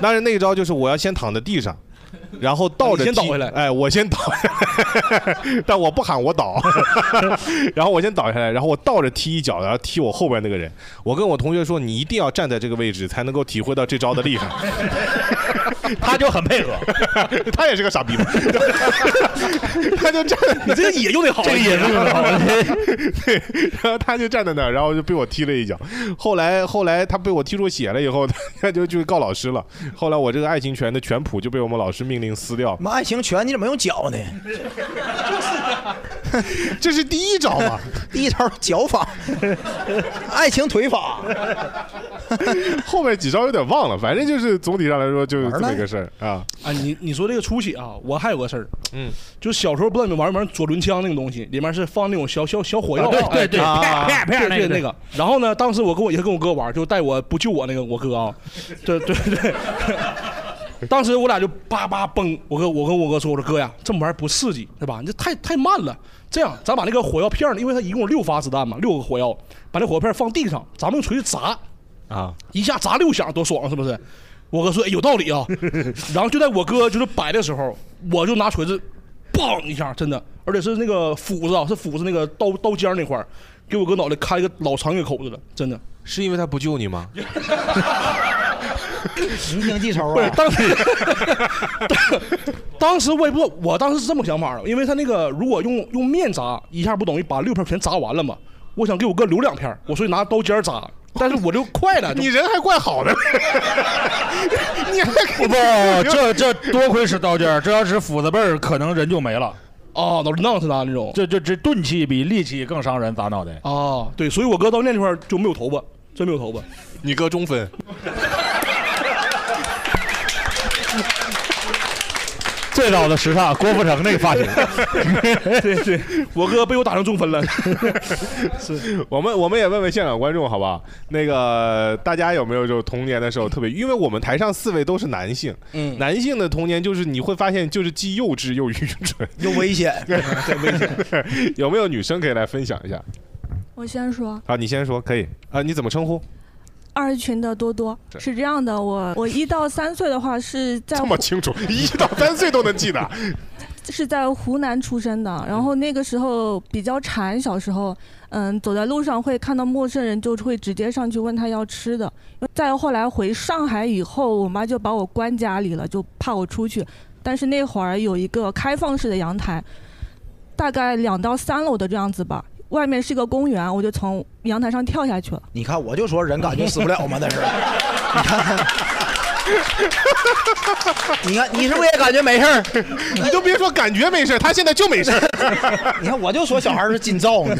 当时那一招就是我要先躺在地上，然后倒着
你先
踢
倒回来
哎，我先倒下来，但我不喊我倒， [laughs] 然后我先倒下来，然后我倒着踢一脚，然后踢我后边那个人。我跟我同学说，你一定要站在这个位置才能够体会到这招的厉害。
[laughs]
[laughs]
他就很配合，
他也是个傻逼嘛，他就站在
[laughs] 你这个也用的好，
这个也是很好的。
对，啊 [laughs] 然后他就站在那儿，然后就被我踢了一脚。后来后来他被我踢出血了以后， [laughs] 他就去告老师了。后来我这个爱情拳的拳谱就被我们老师命令撕掉。
妈，爱情拳你怎么用脚呢？
这是第一招嘛？
[laughs] 第一招
[laughs]
脚法，爱情腿法，
后面几招有点忘了，反正就是总体上来说就是这么一个事儿啊。
啊，你你说这个出血啊，我还有个事儿，
嗯，
就小时候不知道你们玩没玩左轮枪那种东西，里面是放那种小小小火药，
对对对，
啊
啪啪
对
啪
对
那
那
个。
个。然后呢，当时我跟我也跟我哥玩，就带我不救我那个我哥啊，对对对。当时我俩就叭叭崩，我跟我跟我哥说，我说哥呀，这么玩不刺激是吧？你这太太慢了。这样，咱把那个火药片儿呢，因为它一共六发子弹嘛，六个火药，把那火药片儿放地上，咱们用锤子砸，
啊，
一下砸六响，多爽是不是？我哥说、哎、有道理
[laughs]
啊，然后就在我哥就是摆的时候，我就拿锤子，梆一下，真的，而且是那个斧子啊，是斧子那个刀刀尖儿那块儿，给我哥脑袋开一个老长一个口子了，真的。
是因为他不救你吗？
临兵记仇
不是
啊！
当时，当 [laughs] 时我也不知道，我当时是这么想法的，因为他那个如果用用面砸一下，不等于把六片全砸完了吗？我想给我哥留两片儿，我所以拿刀尖儿砸，但是我就快了，就
你人还怪好的，你还
[laughs] 不不，这这多亏是刀尖儿，这要是斧子背儿，可能人就没了。
啊脑震荡似的那种。
这这这钝器比利器更伤人，砸脑袋。
啊，对，所以我哥到那块儿就没有头发，真没有头发。
你哥中分。
[laughs] 最早的时尚啊郭富城那个发型，
对对， [laughs] 我哥被我打成中分
[laughs]
了。
我们我们也问问现场观众好不好？那个大家有没有就是童年的时候特别，因为我们台上四位都是男性，
[laughs]
[laughs]
嗯
[laughs] 男性的童年就是你会发现就是既幼稚又愚蠢，
又危
[laughs]
险，
有没有女生可以来分享一下？
我先说，
啊，你先说可以啊？你怎么称呼？
二群的多多
对
是这样的，我我一到三岁的话是在
这么 [laughs] 清楚，一到三岁都能记得。
是在湖南出生
嗯
的，然后那个时候比较馋，小时候，嗯，走在路上会看到陌生人，就会直接上去问他要吃的。再后来回上海以后，我妈就把我关家里了，就怕我出去。但是那会儿有一个开放式的阳台，大概两到三楼的这样子吧，外面是一个公园，我就从阳台上跳下去了。
你看，我就说人感觉死不了嘛，那是。 [laughs] [laughs]
[laughs]
你看，你是不是也感觉没事儿？
[laughs] 你就别说感觉没事，他现在就没事。
[laughs] 你看，我就说小孩儿是金
[laughs]
造呢。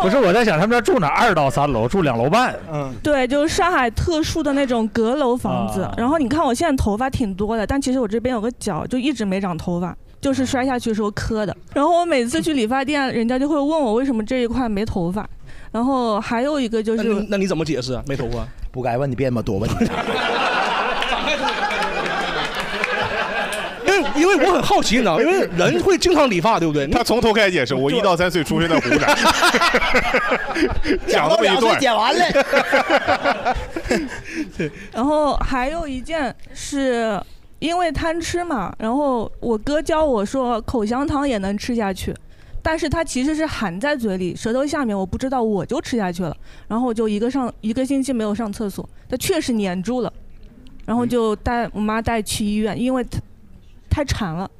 不是我在想他们这住哪二到三楼，住两楼半，
嗯，
对，就是上海特殊的那种阁楼房子。
啊
然后你看我现在头发挺多的，但其实我这边有个角，就一直没长头发，就是摔下去的时候磕的。然后我每次去理发店，人家就会问我为什么这一块没头发。然后还有一个就
那
是
你那你怎么解释啊？没头发？
不该问的别他妈多问。
[laughs] 因为因为我很好奇，你知道吗，因为人会经常理发，对不对？
他从头开始解释，我一到三岁出生在湖南，讲
到
这么
两 [laughs]
一
岁
段，
剪完了，
然后还有一件是因为贪吃嘛，然后我哥教我说口香糖也能吃下去，但是它其实是含在嘴里，舌头下面我不知道，我就吃下去了，然后我就一个上一个星期没有上厕所，它确实粘住了，然后就带我妈带去医院，因为它太馋了，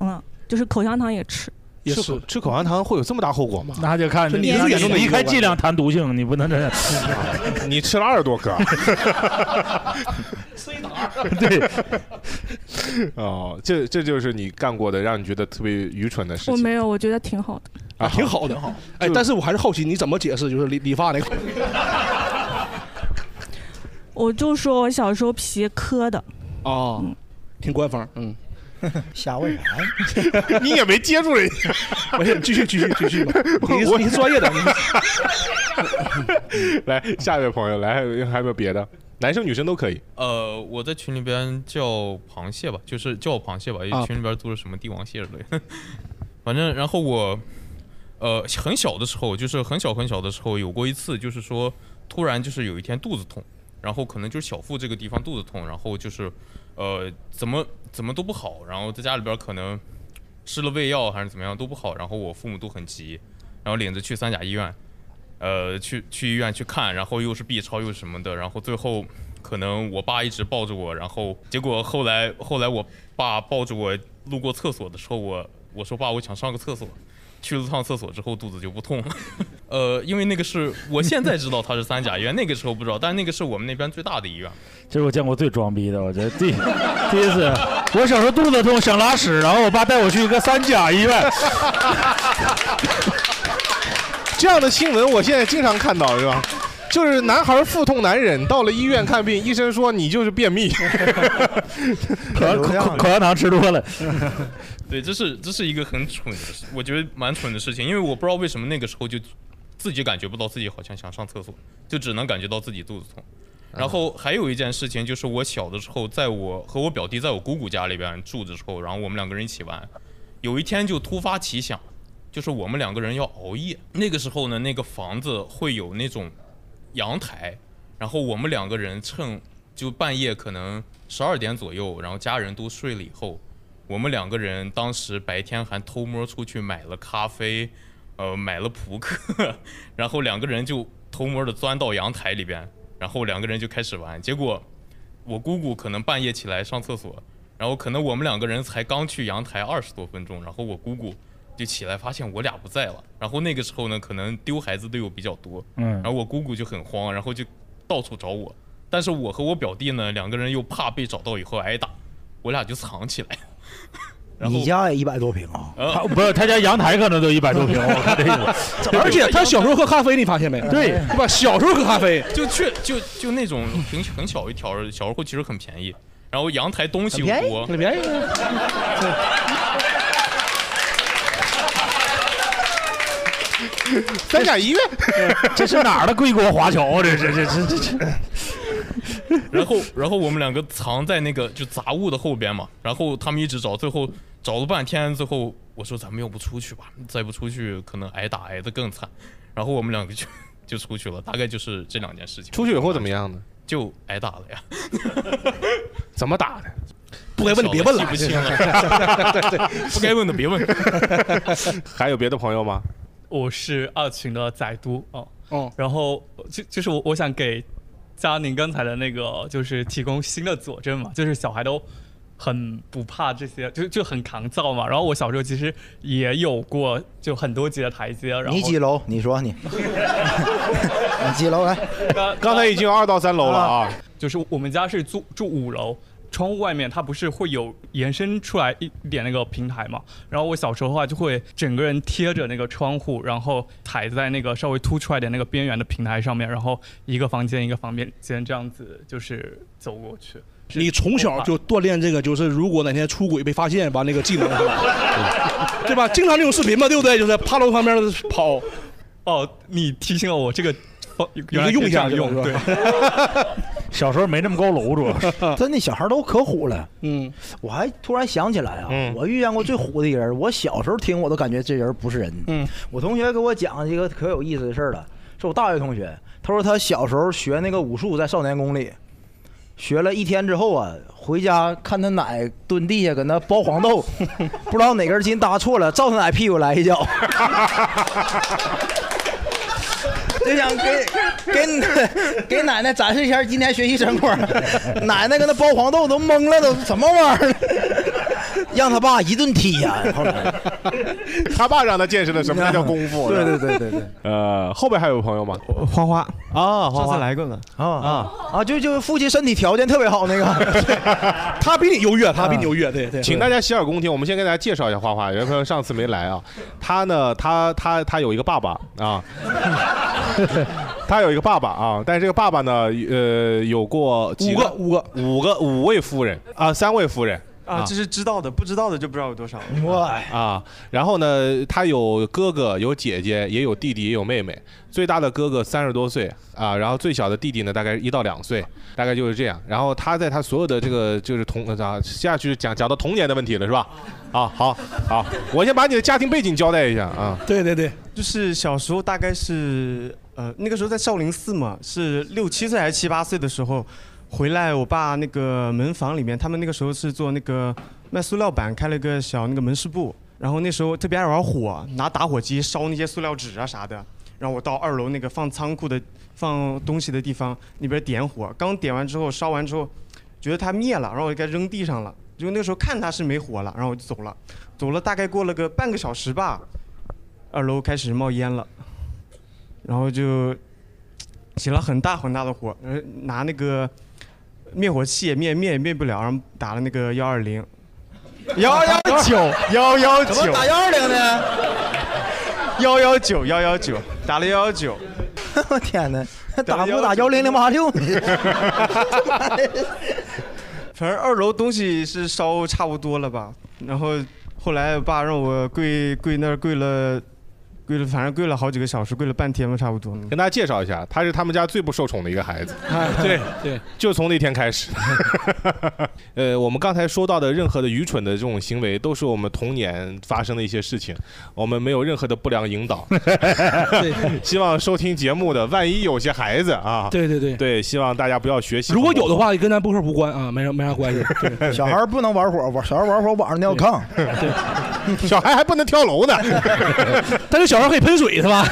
嗯，就是口香糖也吃，
也是
吃吃口香糖会有这么大后果吗？
那就看
这
你
你是眼中的
离
一个
开
吧
剂量谈毒性，你不能这
[laughs]
样。
你吃了二十多
[laughs]
颗，
对，
哦，这这就是你干过的让你觉得特别愚蠢的事情。
哦
我没有，我觉得挺好的。
啊，
挺好的哈。哎
就，
但是我还是好奇， [laughs] 你怎么解释就是理理发那个？
我就说我小时候皮磕的，
啊，挺官方，嗯。
瞎问啥呀？
你也没接住人家。
[laughs] 没事，继续继续继续吧。 [laughs] 你是你是专业的，你
[laughs]
是
[laughs] 来，下一位朋友，来，还有还有没有别的？男生女生都可以。
呃，我在群里边叫螃蟹吧，就是叫我螃蟹吧，因
啊
为群里边都是什么帝王蟹之类的。 [laughs] 反正，然后我，呃，很小的时候，就是很小很小的时候，有过一次，就是说突然就是有一天肚子痛，然后可能就是小腹这个地方肚子痛，然后就是，呃，怎么怎么都不好，然后在家里边可能吃了胃药还是怎么样都不好，然后我父母都很急，然后领着去三甲医院，呃，去去医院去看，然后又是 B 超又是什么的，然后最后可能我爸一直抱着我，然后结果后来后来我爸抱着我路过厕所的时候，我我说爸，我想上个厕所，去了趟厕所之后肚子就不痛了， [laughs] 呃，因为那个是我现在知道它是三甲医院，那个时候不知道，但那个是我们那边最大的医院。
这是我见过最装逼的，我觉得第 [laughs] 第一次，我小时候肚子痛想拉屎，然后我爸带我去一个三甲医院，
这样的新闻我现在经常看到，是吧？就是男孩腹痛难忍，到了医院看病，医生说你就是
[laughs]
便秘。
口
流量
口口香糖吃多了，
[laughs] 对，这是这是一个很蠢的事，我觉得蛮蠢的事情，因为我不知道为什么那个时候就自己感觉不到自己好像想上厕所，就只能感觉到自己肚子痛。然后还有一件事情就是我小的时候，在我和我表弟在我姑姑家里边住的时候，然后我们两个人一起玩，有一天就突发奇想，就是我们两个人要熬夜。那个时候呢，那个房子会有那种阳台，然后我们两个人趁就半夜可能十二点左右，然后家人都睡了以后，我们两个人当时白天还偷摸出去买了咖啡，呃，买了扑克， [laughs] 然后两个人就偷摸的钻到阳台里边，然后两个人就开始玩。结果我姑姑可能半夜起来上厕所，然后可能我们两个人才刚去阳台二十多分钟，然后我姑姑就起来发现我俩不在了。然后那个时候呢，可能丢孩子队友比较多，
嗯
然后我姑姑就很慌，然后就到处找我。但是我和我表弟呢，两个人又怕被找到以后挨打，我俩就藏起来。然后
你家也一百多平啊？
他不是他家阳台可能都一百多平，我看这意思，
[laughs] 而且他小时候喝咖啡，你发现 [laughs] 没？
对
[laughs]
对吧？小时候喝咖啡，
就确就就那种很很小一条儿，小时候其实很便宜。然后阳台东西又
很便宜
多，
很便宜。
三甲医院，
[laughs] 这是哪儿的归国华侨啊？这这这这这这，
然后然后我们两个藏在那个就杂物的后边嘛，然后他们一直找，最后找了半天，最后我说咱们要不出去吧，再不出去可能挨打挨得更惨。然后我们两个就就出去了，大概就是这两件事情。
出去以后怎么样呢？
就挨打了呀？
怎么打的？
不
该问的别问了
记不清
[laughs]
了。不该问的别问。
[laughs] 还有别的朋友吗？
我是二群的仔都哦，
哦
然后就就是我我想给佳宁刚才的那个就是提供新的佐证嘛，就是小孩都很不怕这些，就就很抗造嘛。然后我小时候其实也有过就很多级的台阶，然后
你几楼？你说你，你几楼来？
[laughs]
刚才已经有二到三楼了啊，
就是我们家是住住五楼，窗户外面它不是会有延伸出来一点那个平台嘛？然后我小时候的话就会整个人贴着那个窗户，然后踩在那个稍微凸出来点那个边缘的平台上面，然后一个房间一个房间这样子就是走过去。是
你从小就锻炼这个，就是如果哪天出轨被发现，把那个技能，对吧？经常这种视频嘛，对不对？就是爬楼旁边跑，
哦，你提醒了我这个。 [laughs] 哦，原来
你就用一下
可以这样
这
用
个是
对
吧，
小时候没那么高楼，主
[laughs]
要是。
真的小孩都可虎了。
嗯，
我还突然想起来啊，
嗯
我遇见过最虎的一个人。我小时候听我都感觉这人不是人。
嗯，
我同学给我讲一个可有意思的事儿了，是我大学同学，他说他小时候学那个武术在少年宫里。学了一天之后啊，回家看他奶蹲地下搁那剥黄豆，不知道哪根筋搭错了，照他奶屁股来一脚，就想 [laughs] 给给给奶奶展示一下今天学习成果。 [laughs] 奶奶搁那剥黄豆都懵了，都什么玩意儿？ [laughs] 让他爸一顿踢呀、后来，
[laughs] 他爸让他见识了什么
[laughs]
叫功夫。
对对对对对，
[laughs] 呃，后边还有朋友吗？
花哦花，
啊，
上次来过了。
啊啊 [laughs] 啊！就就父亲身体条件特别好那个， [laughs]
他比你优越，他比你优越，对对。
请大家洗耳恭听。我们先给大家介绍一下花花，
[laughs]
有些朋友上次没来啊。他呢，他他他有一个爸爸
[laughs]
啊，他有一个爸爸啊，但是这个爸爸呢，呃，有过几
五个五个，
五个五位夫人啊，三位夫人
啊，这是知道的，不知道的就不知道有多少。
哇，
啊。然后呢，他有哥哥，有姐姐，也有弟弟，也有妹妹。最大的哥哥三十多岁啊，然后最小的弟弟呢，大概一到两岁，大概就是这样。然后他在他所有的这个就是童啊，接下去讲讲到童年的问题了，是吧？啊，好好，我先把你的家庭背景交代一下啊。
对对对，
就是小时候大概是呃那个时候在少林寺嘛，是六七岁还是七八岁的时候，回来我爸那个门房里面，他们那个时候是做那个卖塑料板，开了个小那个门市部，然后那时候特别爱玩火，拿打火机烧那些塑料纸啊啥的。然后我到二楼那个放仓库的放东西的地方那边点火，刚点完之后烧完之后，觉得它灭了，然后我就该扔地上了。就那时候看它是没火了，然后我就走了，走了大概过了个半个小时吧，二楼开始冒烟了，然后就起了很大很大的火，呃，拿那个灭火器也灭灭也灭不了，然后打了那个幺二零，幺幺九幺幺
怎么
九
打幺二零呢？
幺幺九幺幺九，打了幺幺九，
[laughs] 我天哪，打不打幺零零八
[laughs]
六？
反正二楼东西是烧差不多了吧，然后后来我爸让我跪跪那儿跪了，跪了反正跪了好几个小时，跪了半天吧，差不多。
跟大家介绍一下，他是他们家最不受宠的一个
[laughs]
孩子，
对哎对，
就从那天
[laughs]
开始。呃，我们刚才说到的任何的愚蠢的这种行为，都是我们童年发生的一些事情，我们没有任何的不良
[laughs]
引导。 [laughs] 希望收听节目的，万一有些孩子啊，
对对对。
对，希望大家不要学习。
如果有的，话，跟咱播客无关啊，没啥没啥关系。对
小孩不能玩火，
[laughs]
玩小孩玩火晚上尿炕。
小孩还不能跳楼呢。
但是小孩可以喷水是吧？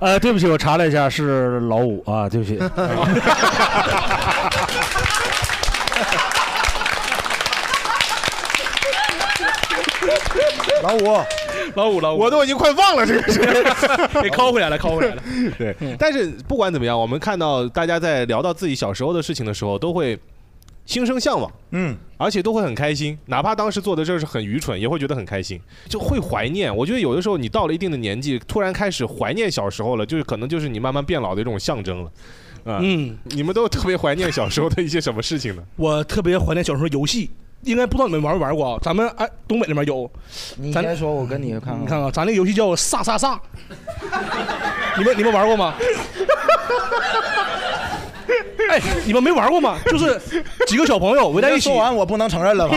[laughs] 呃，对不起，我查了一下，是老五啊，对不起。
老五，
老五老五
我都已经快忘了这
[laughs]
个事儿。
哎
给拷回来了，拷回来了。
[laughs] 对，但是不管怎么样，我们看到大家在聊到自己小时候的事情的时候，都会心生向往。
嗯，
而且都会很开心，哪怕当时做的事儿是很愚蠢，也会觉得很开心，就会怀念。我觉得有的时候你到了一定的年纪，突然开始怀念小时候了，就是可能就是你慢慢变老的一种象征了。嗯，你们都特别怀念小时候的一些什么事情呢？
我特别怀念小时候游戏，应该不知道你们玩没玩过啊？咱们哎，东北那边有。
你
咱
先说，我跟你看啊看。
你看看，啊咱那个游戏叫萨萨萨，你们你们玩过吗？ [laughs] 哎，你们没玩过吗？就是几个小朋友围在一起。
你这说完我不能承认
[laughs]
了吧？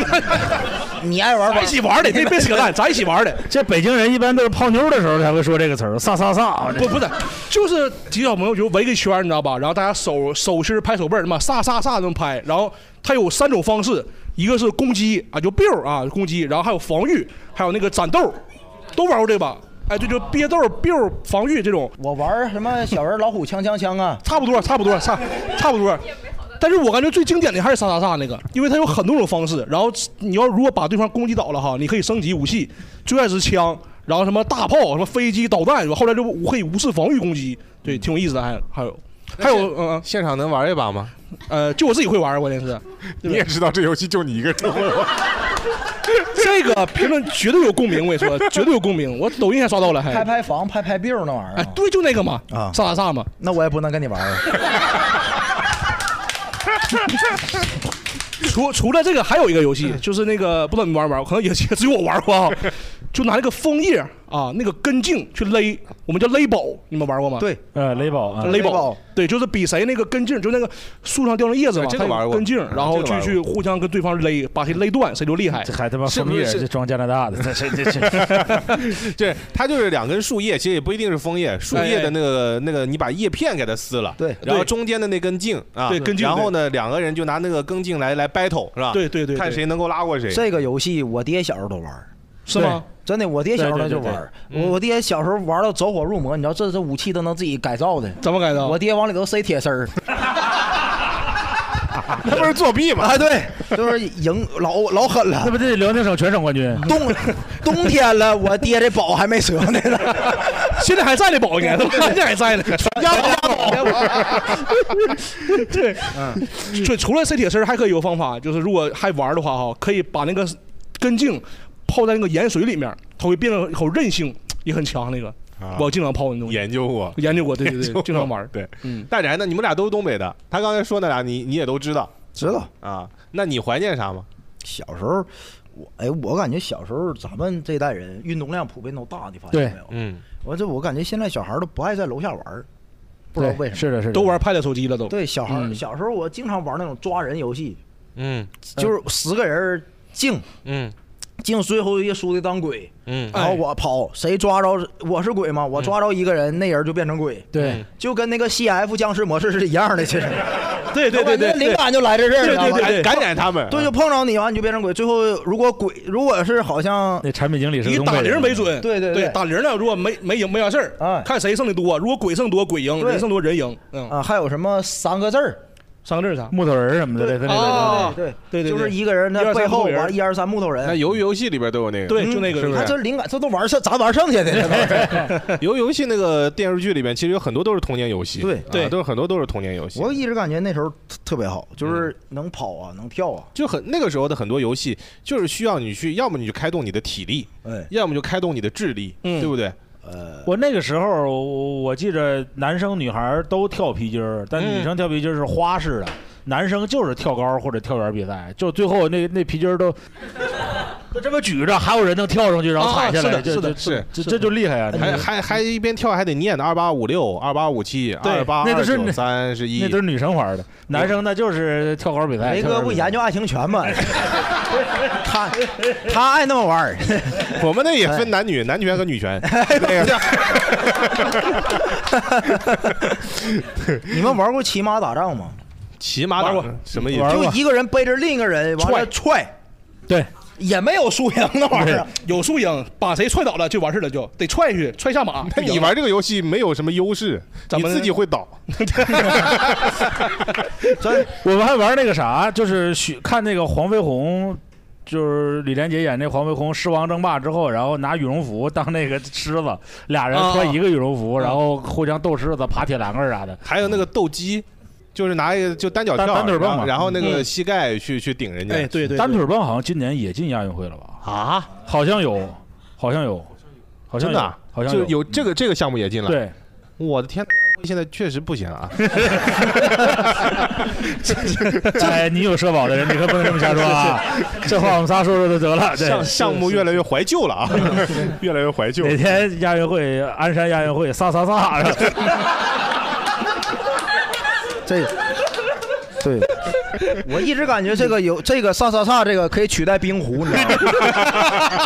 [laughs] 你爱玩吧
咱一起玩的，别别扯淡，咱一起玩的。
[laughs] 这北京人一般都是泡妞的时候才会说这个词儿，飒飒飒。
不不是，就是几个小朋友就围个圈儿，你知道吧？然后大家手手心儿拍手背儿，嘛撒撒撒那么拍。然后它有三种方式，一个是攻击啊，就 biu 啊攻击，然后还有防御，还有那个攒豆，都玩过这个吧？哎，对，就憋豆 biu 防御这种。
我玩什么小人老虎枪枪枪啊？
差不多，差不多，差差不多。但是我感觉最经典的还是萨萨萨那个，因为它有很多种方式。然后你要如果把对方攻击倒了哈，你可以升级武器，最开始是枪，然后什么大炮、什么飞机、导弹，后来就可以无视防御攻击，对，挺有意思的。还还有还有，嗯、嗯，
现场能玩一把吗？
呃，就我自己会玩，关键是。
你也知道这游戏就你一个人会玩。
[laughs] 这个评论绝对有共鸣，我跟你说，
[laughs]
绝对有共鸣。我抖音还刷到了，还
拍拍房、拍拍 biu 那玩意儿
哎，对，就那个嘛，
啊
萨萨萨嘛。
那我也不能跟你玩儿。啊
[laughs] 除除了这个，还有一个游戏，
嗯
就是那个不知道你们玩没玩，可能也也只有我玩过
[laughs]
啊，就拿那个枫叶啊，那个根茎去勒，我们叫勒宝，你们玩过吗？
对，
呃，雷宝啊，
勒
勒
宝
宝，
对，就是比谁那个根茎，就那个树上掉的叶子嘛，
哎这个
它有
玩过
根茎，然后
这个
去
玩过
去互相跟对方勒，把谁勒断谁就厉害
这。还他妈
是
枫
不是
叶，
是
这装加拿大的，这这这
[laughs]
这。
对，它就是两根树叶，其实也不一定是枫叶，树叶的那
哎
个那个，你把叶片给它撕了，
对
然后中间的那根茎啊，
对根茎
然后呢，两个人就拿那个根茎来来 battle 是吧？
对对对对
看谁能够拉过谁。
这个游戏我爹小时候都玩儿，
是吗？
真的，我爹小时候
对对
就
对
玩儿。我我爹小时候玩到走火入魔，你知道这这武器都能自己改造的。
怎么改的？
我爹往里头塞铁
[laughs]
丝儿，
他不是作弊吗？
啊，对，就是赢老老狠了
那。不这辽宁省全省冠军？
冬冬天了，我爹这宝还没折呢，
现在还在那 [laughs] 宝应该，现在还在呢。 [laughs] 对，
嗯
所以除了塞铁丝儿，还可以有方法，就是如果还玩的话哈，可以把那个根茎泡在那个盐水里面，它会变得有韧性，也很强。那个
啊
我经常泡那东西，
研究过，
研究过，对
研
对
究 [laughs] 过
对，经常玩。
对，
嗯，
大宅呢？你们俩都是东北的，他刚才说那俩你你也都知道
知道。
啊？那你怀念啥吗？
小时候， [laughs] 我哎，我感觉小时候咱们这代人运动量普遍都大，你发现
对
没有？
嗯，
我这我感觉现在小孩儿都不爱在楼下玩儿，不知道
对
为什么。
是的，是的，
都玩 Pad 手机了都。
对，小孩儿
嗯
小时候我经常玩那种抓人游戏，
嗯
就是十个人儿竞
嗯
竞最后一个输的当鬼，
嗯
然后
哎
我跑，谁抓着我是鬼嘛，
嗯
我抓着一个人，那人就变成鬼，
对，
就跟那个 CF 僵尸模式是一样的，其实。
[laughs] 对对对对
我感觉灵
对，
感就来这事儿，
对哎
你知道吧
对对对
感感染他们，
嗯
对，就碰着你完你就变成鬼。最后如果鬼如果是好像
那产品经理是
以
个东
打
北人
铃为准。
对对
对
对
打铃啊呢，如果没没赢没完事儿，
哎
看谁剩的多。如果鬼剩多，鬼赢；
对
人剩多，人赢。嗯，
啊还有什么三个字儿，
三个字儿啥？
木头人什么的，对对对对
啊
对
对对
就是
对
一个人在背后
一二三木头
玩
人
一二三木头
那
人。嗯
鱿鱼游戏里边都有那个，
对，就那个
是不
他
是
这灵感，这都玩剩，咱玩剩下
[laughs]
的这都是。
游游戏那个电视剧里边，其实有很多都是童年游戏，
对
啊
对
都是很多都是童年游戏。
我一直感觉那时候特特
[laughs]
别好，就是能跑啊，能跳啊，
就很那个时候的很多游戏，就是需要你去，要么你就开动你的体力，
哎，
要么就开动你的智力，
嗯
对不对？
呃，
我那个时候，我我记着男生女孩都跳皮筋儿，但
嗯
女生跳皮筋儿是花式的，男生就是跳高或者跳远比赛，就最后那那皮筋儿都都这么举着，还有人能跳上去然后踩下
啊是
来，
的
这
是的
这
是的
这这就厉害啊！那
还
个
还还一边跳还得念二八五六、二八五七、二八
那
二
都是
九、三十一
那都。是女生玩的，男生那就是跳高比赛。
雷
跳
哥
远
不
比赛
研究爱情
[laughs]
拳吗？他他爱那么玩儿，
[laughs] 我们那也分男女，男权和女
[laughs]
权。 [laughs] 那个
你们玩过骑马打仗吗？
骑马打什么意
玩
思？
过
就一个人背着另一个人，完了踹，
对，
也没有输赢那玩意儿啊。
有输赢，把谁踹倒了就完事儿了，就得踹下去，踹下马。
那你玩这个游戏没有什么优势，
咱
你
们
自己会倒。
真
[laughs] 我们还玩那个啥，就是许看那个黄飞鸿，就是李连杰演那黄飞鸿狮王争霸之后，然后拿羽绒服当那个狮子，俩人穿一个羽绒服，然后互相斗狮子、爬铁栏杆儿啥的。
还有那个斗鸡，就是拿一个就单脚
单
跳，
单腿蹦
然后
嘛
然后那个
嗯
膝盖去去顶人家。
哎，对对，
单腿蹦好像今年也进亚运会了吧？
啊，
好像有，好像有，好像
真
有
的啊，
好像
就是
有嗯
有这个这个项目也进了。
对。
我的天，现在确实不行
[laughs]
啊。
[laughs] 哎，你有社保的人，你可不能这么瞎说啊！ [laughs] 这话我们仨说说就得了。对
项项目越来越怀旧了
[laughs]
啊，越来越怀旧。
哪天亚运会，鞍山亚运会，撒撒撒！
这，对， [laughs] 我一直感觉这个有这个萨萨萨这个可以取代冰壶，你知道吗？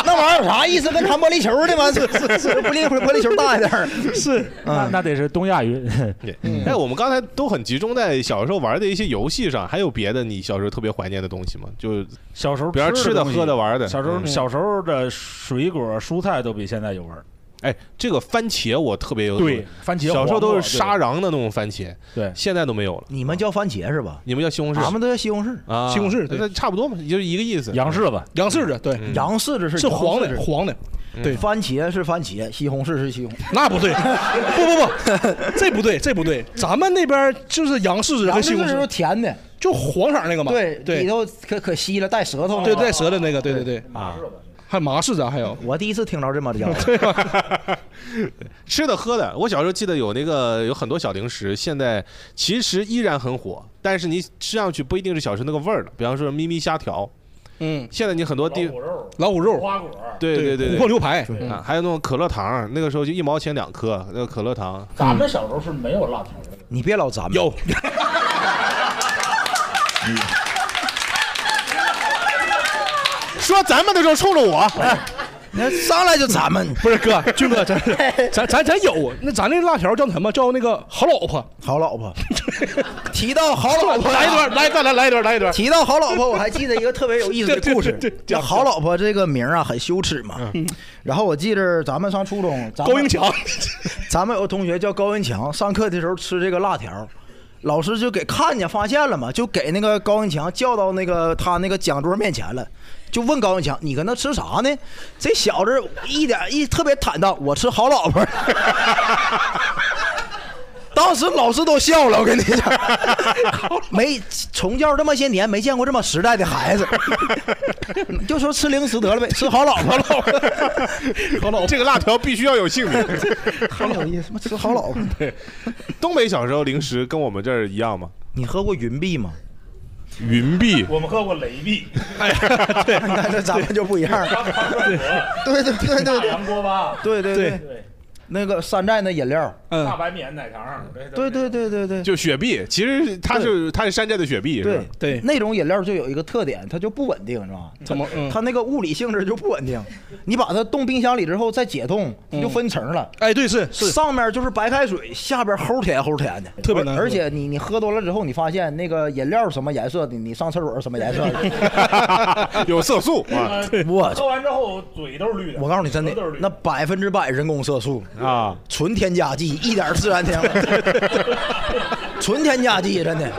[laughs]
那玩意儿有啥意思？跟弹玻璃球的吗？是 [laughs] 是是，玻璃玻璃球大一点儿。
是，那那得是东亚
[laughs]
运。
哎，我们刚才都很集中在小时候玩的一些游戏上，还有别的你小时候特别怀念的东西吗？就
小时候
比方吃的
东西
喝的玩的
小时候
嗯
小时候的水果蔬菜都比现在有味儿。
哎，这个番茄我特别有
对番茄
小时候都是沙
黄
瓤的那种番茄，
对
现在都没有了。
你们叫番茄是吧？
你们叫西红柿，
俺们都叫西红柿，
啊，
西红柿对
那差不多嘛，就是一个意思。
洋柿子，
洋柿子对，
嗯
洋柿子是
是黄
洋柿
的
子
黄的，对
嗯番茄是番茄，西红柿是西红柿。
那 [laughs] 不对，不 [laughs] 不不，这不对，这不对，咱们那边就是洋柿子
洋
和
柿
西红
子是
柿，
甜的，
就黄色那个嘛，
对，里
对
头可可稀了，带舌头。
对带。舌的那个，对对对啊，还麻柿子啊还有，
我第一次听着
[laughs]
这么叫，
吃的喝的，我小时候记得有那个有很多小零食，现在其实依然很火，但是你吃上去不一定是小时候那个味儿了。比方说咪咪虾条，
嗯，
现在你很多地，
老虎肉，
对对对
琥珀
对。
牛排，
啊，还有那种可乐糖，那个时候就一毛钱两颗，那个可乐糖，
咱们小时候是没有辣条的。
嗯你别老咱们。
有
说咱们的时候冲着我，
[laughs] 那上来就咱们
[laughs] 不是哥，军哥，
[laughs]
咱咱咱咱有，那咱那辣条叫什么？叫那个好老婆，
好老婆， [laughs] 提到好老婆，啊
来一段，来一段，来来一段，来一段。
提到好老婆，我还记得一个特别有意思
[laughs]
的故事
对对对对。嗯
这好老婆这个名儿啊，很羞耻嘛。然后我记着咱们上初中，咱们
高英强，
[laughs] 咱们有个同学叫高文强，上课的时候吃这个辣条，老师就给看见发现了嘛，就给那个高文强叫到那个他那个讲桌面前了，就问高文强：“你搁那吃啥呢？”这小子一点一特别坦荡，我吃好老婆。 [laughs] 当时老师都笑了，我跟你讲，
[laughs]
没从教这么些年，没见过这么实在的孩子，就说吃零食得了呗，吃好老婆
[laughs]
了。
好老这个辣条必须要有姓
[laughs]
名。
好有意思，什么
[laughs]
吃好老婆？
东北小时候零食跟我们这儿一样吗？
你喝过云碧吗？
云碧，
我们喝过雷碧、
哎那这咱们就不一样了。对对对对对
洋锅巴、
对对对那个山寨那饮料，
嗯
大白棉、奶糖。
对对对对对
就雪碧，其实它是它是山寨的雪碧，是吧
对？
对
那种饮料就有一个特点，它就不稳定，是吧？
怎么？嗯，
它那个物理性质就不稳定，你把它冻冰箱里之后再解冻，它就分层了。
哎，对，是是，
上面就是白开水，下边齁甜齁甜的，
特别难喝
而且你你喝多了之后，你发现那个饮料什么颜色的，你上厕所什么颜色的。
[laughs]
有色素啊
[laughs] 我去
喝完之后嘴都是绿的
我告诉你，真的，那百分之百人工色素。
啊！
纯添加剂，一点儿自然添加，纯添加剂，真的，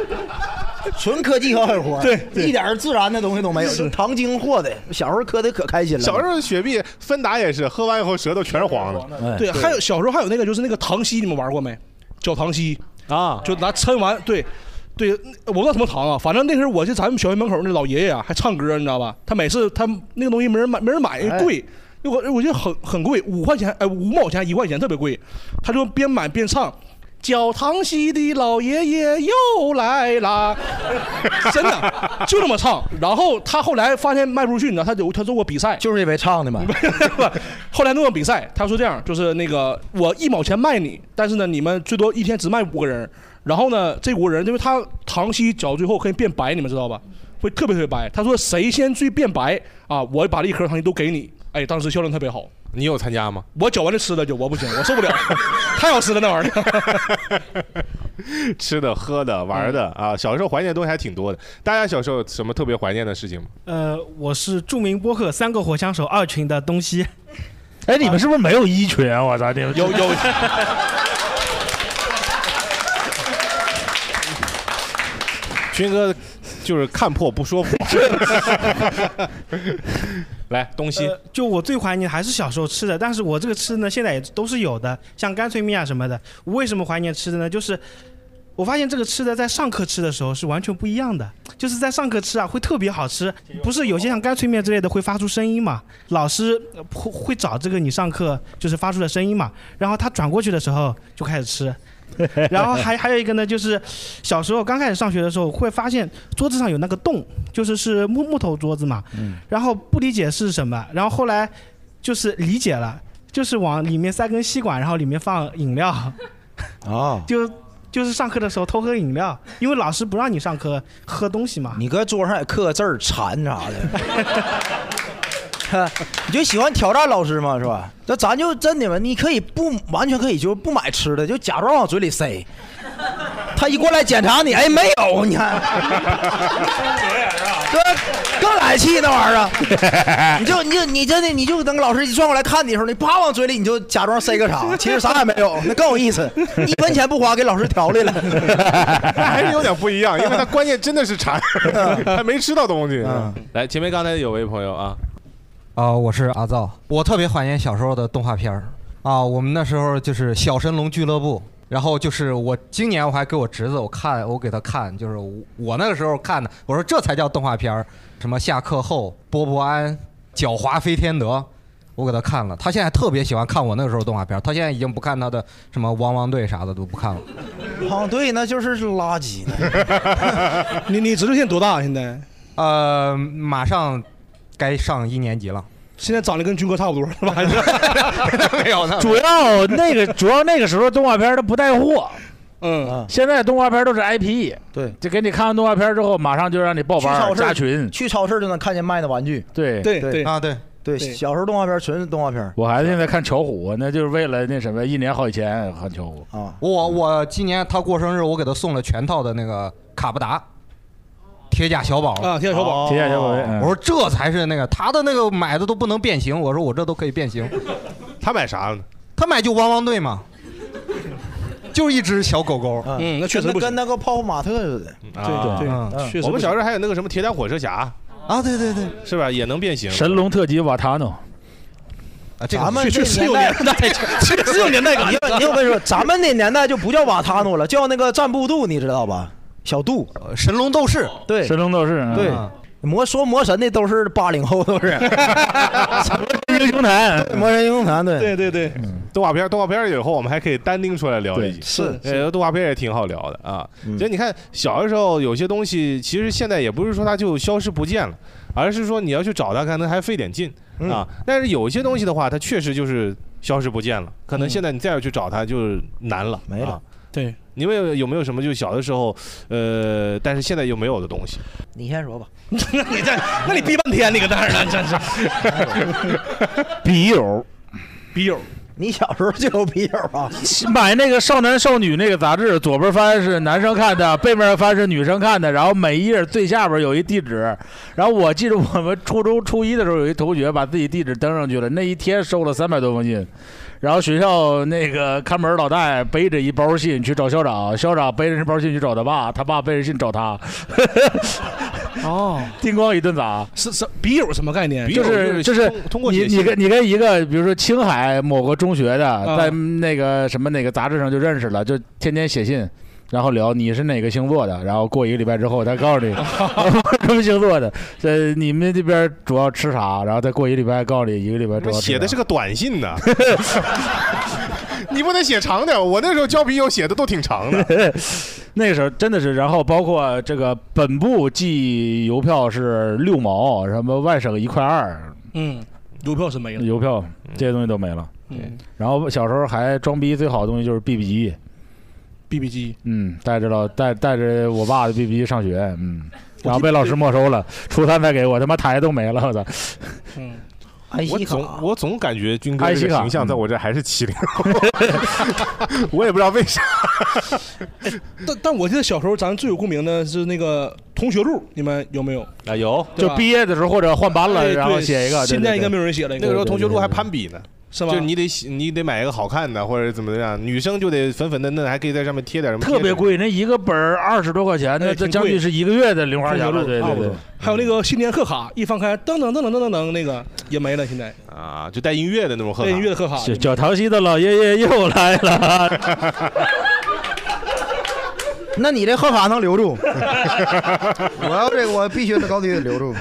纯科技和狠活，
对对
一点儿自然的东西都没有，就糖精和的。小时候喝的可开心了，
小时候雪碧，芬达也是，喝完以后舌头全是黄的
哎
对，还有小时候还有那个就是那个糖稀，你们玩过没？叫糖稀，
啊！
就拿抻完，对，对，我不知道什么糖啊，反正那时候我是咱们小学门口那老爷爷啊，还唱歌，你知道吧？他每次他那个东西没人买，没人买
哎
贵，我我觉得很很贵，五块钱，哎，五毛钱，一块钱，特别贵。他就边买边唱。教堂西的老爷爷又来啦， [laughs] 真的就这么唱。然后他后来发现卖不出去，你知道，他有他做过比赛，
就是因为
[laughs]
唱的嘛。
后来弄个比赛，他说这样，就是那个我一毛钱卖你，但是呢，你们最多一天只卖五个人。然后呢，这五个人，因为他糖稀嚼到最后可以变白，你们知道吧？会特别特别白。他说谁先最变白啊，我把这一颗糖稀都给你。哎，当时销量特别好。
你有参加吗？
我嚼完就吃了就，我不行，我受不了，太好吃了那玩意儿。
[laughs] 吃的、喝的、玩的啊，小时候怀念的东西还挺多的。大家小时候有什么特别怀念的事情吗？
[laughs]
呃，我是著名播客《三个火枪手》二群的东西，
哎，你们是不是没有一群啊？我操，你们
有有，
军哥就是看破不 [laughs] 说破。来，东西
呃就我最怀念还是小时候吃的，但是我这个吃呢，现在也都是有的，像干脆面啊什么的。我为什么怀念吃的呢？就是我发现这个吃的在上课吃的时候是完全不一样的，就是在上课吃啊会特别好吃，不是有些像干脆面之类的会发出声音嘛，老师呃会会找这个你上课就是发出的声音嘛，然后他转过去的时候就开始吃，然后还还有一个呢，就是小时候刚开始上学的时候，会发现桌子上有那个洞，就是是木木头桌子嘛，
嗯
然后不理解是什么，然后后来就是理解了，就是往里面塞根吸管，然后里面放饮料，
啊，
就就是上课的时候偷喝饮料，因为老师不让你上课喝东西嘛。
你搁桌上也刻个字儿“馋”啥的， [laughs] 你就喜欢挑战老师嘛，是吧？那咱就真的嘛，你可以不完全可以就是不买吃的，就假装往嘴里塞。他一过来检查你，哎，没有，你看，这更来气那玩意儿，你就你就你真的你就等老师一转过来看你的时候，你啪往嘴里你就假装塞个啥，其实啥也没有，那更有意思，一分钱不花给老师调来了。 [laughs]
呃还是有点不一样，因为他 [laughs] 关键真的是馋，还没吃到东西。嗯来，前面刚才有位朋友啊，
啊、我是阿造，我特别怀念小时候的动画片儿啊。我们那时候就是《小神龙俱乐部》，然后就是我今年我还给我侄子我看，我给他看，就是我我那个时候看的，我说这才叫动画片儿，什么下课后波波安、狡猾飞天德，我给他看了。他现在特别喜欢看我那个时候动画片儿，他现在已经不看他的什么汪汪队啥的都不看了。
啊，对，那就是垃圾。
[laughs] 你你侄子现在多大？啊现在？呃，马上该上一年级了。现在长得跟军哥差不多是
아,
吧？没有，
主要那个主要那个时候动画片儿它不带货。啊
嗯，
现在动画片儿都是 IP，
对，
就给你看完动画片儿之后，马上就让你 [laughs] 报
去
班
超
儿
市
加群。
去超市就能看见卖的玩具。
对
啊，对对，小时候动画片全是动画片。嗯
我孩子现在看巧虎，那就是为了那什么，一年好几千看巧虎。
啊，
[laughs] 我我今年他过生日，我给他送了全套的那个卡布达。铁甲小宝
啊铁甲小宝哦铁甲小宝贝嗯
我说这才是那个他的那个买的都不能变形，我说我这都可以变形。
[laughs] 他买啥了？
他买就汪汪队嘛，就是一只小狗狗。
跟嗯那个泡泡玛特似的。
啊
嗯确
我
实不
们
行
小时候还有那个什么铁胆火车侠
啊，对对对，
是吧？也能变形。
神龙特级瓦塔诺，
啊，
咱们这年代，
[laughs]
你有你有跟你说，咱们那年代就不叫瓦塔诺了，叫那个战部度，你知道吧？小度，
神龙斗士，
对，
神龙斗士嗯
对
啊。
魔说魔神的都是八零
[laughs]
后，都是
英 [laughs] 雄坛，
魔神英嗯雄坛，对
对对对，动画片动画片以后我们还可以单拎出来聊一集，
是嗯
呃，动画片也挺好聊的啊。所以你看，小的时候有些东西，其实现在也不是说它就消失不见了，而是说你要去找它，可能还费点劲
嗯
啊。但是有一些东西的话，它确实就是消失不见了，可能现在你再要去找它就是难了，没了。
对，
你们有有没有什么就小的时候，呃，但是现在又没有的东西？
你先
[laughs]
说吧。
你这，那你逼半天，你搁那儿呢，真是。
[laughs] 笔友，
笔友，
你小时候就有笔友啊？
买那个少男少女那个杂志，左边翻是男生看的，背面翻是女生看的，然后每一页最下边有一地址。然后我记得我们初中初一的时候，有一同学把自己地址登上去了，那一天收了三百多封信。然后学校那个看门老大爷背着一包信去找校长，校长背着那包信去找他爸，他爸背着信找他。 [laughs]
哦，
叮咣一顿砸，
是是笔友什么概念？
哎就是就是你你跟你跟一个比如说青海某个中学的，在那个什么哪个杂志上就认识了，就天天写信。然后聊你是哪个星座的，然后过一个礼拜之后，他告诉你我是什么星座的，呃，你们这边主要吃啥，然后再过一个礼拜告诉你一个礼拜主要吃啥
写的是个短信
[laughs]
呢，你不能写长点。我那时候交笔友写的都挺长的。
[laughs] 那时候真的是，然后包括这个本部寄邮票是六毛，什么外省一块二，
嗯，邮票是没了。
邮票这些东西都没了。
嗯
然后小时候还装逼最好的东西就是 BB 机
，BB 机，
嗯，带着老带带着我爸的 BB 机上学，嗯，然后被老师没收了，初三才给我，他妈台都没了，我操！
我
啊
总我总感觉军哥
IC
这个
卡
形
嗯
象在我这还是七零后，
[laughs]
我也不知道为啥。
[laughs] 但但我记得小时候咱最有共鸣的是那个同学录，你们有没有？
啊，有
对
就
吧
毕业的时候或者换班了，
哎
然后
对
写一个。对
现在应该没有人写了
那个时候同学录还攀比呢，
是
吧？就是你得喜你得买一个好看的，或者怎么怎么样，女生就得粉粉嫩嫩，还可以在上面贴点什么。
[laughs] 特别贵，那一个本儿二十多块钱，那
哎
这
挺
将
贵
近是一个月的零花
同
钱
学
了。
录
对
差
对
不
对
多，还有那个新年贺卡，一翻开噔噔噔噔噔噔噔，那个也没了，现
[laughs]
在。
啊，就带音乐的那种贺卡，
带音乐的贺卡
啊小小桃溪的老爷爷又来了。
[laughs] 那你这喝法能留住？ [laughs] 我要这个，我必须得高低得留住。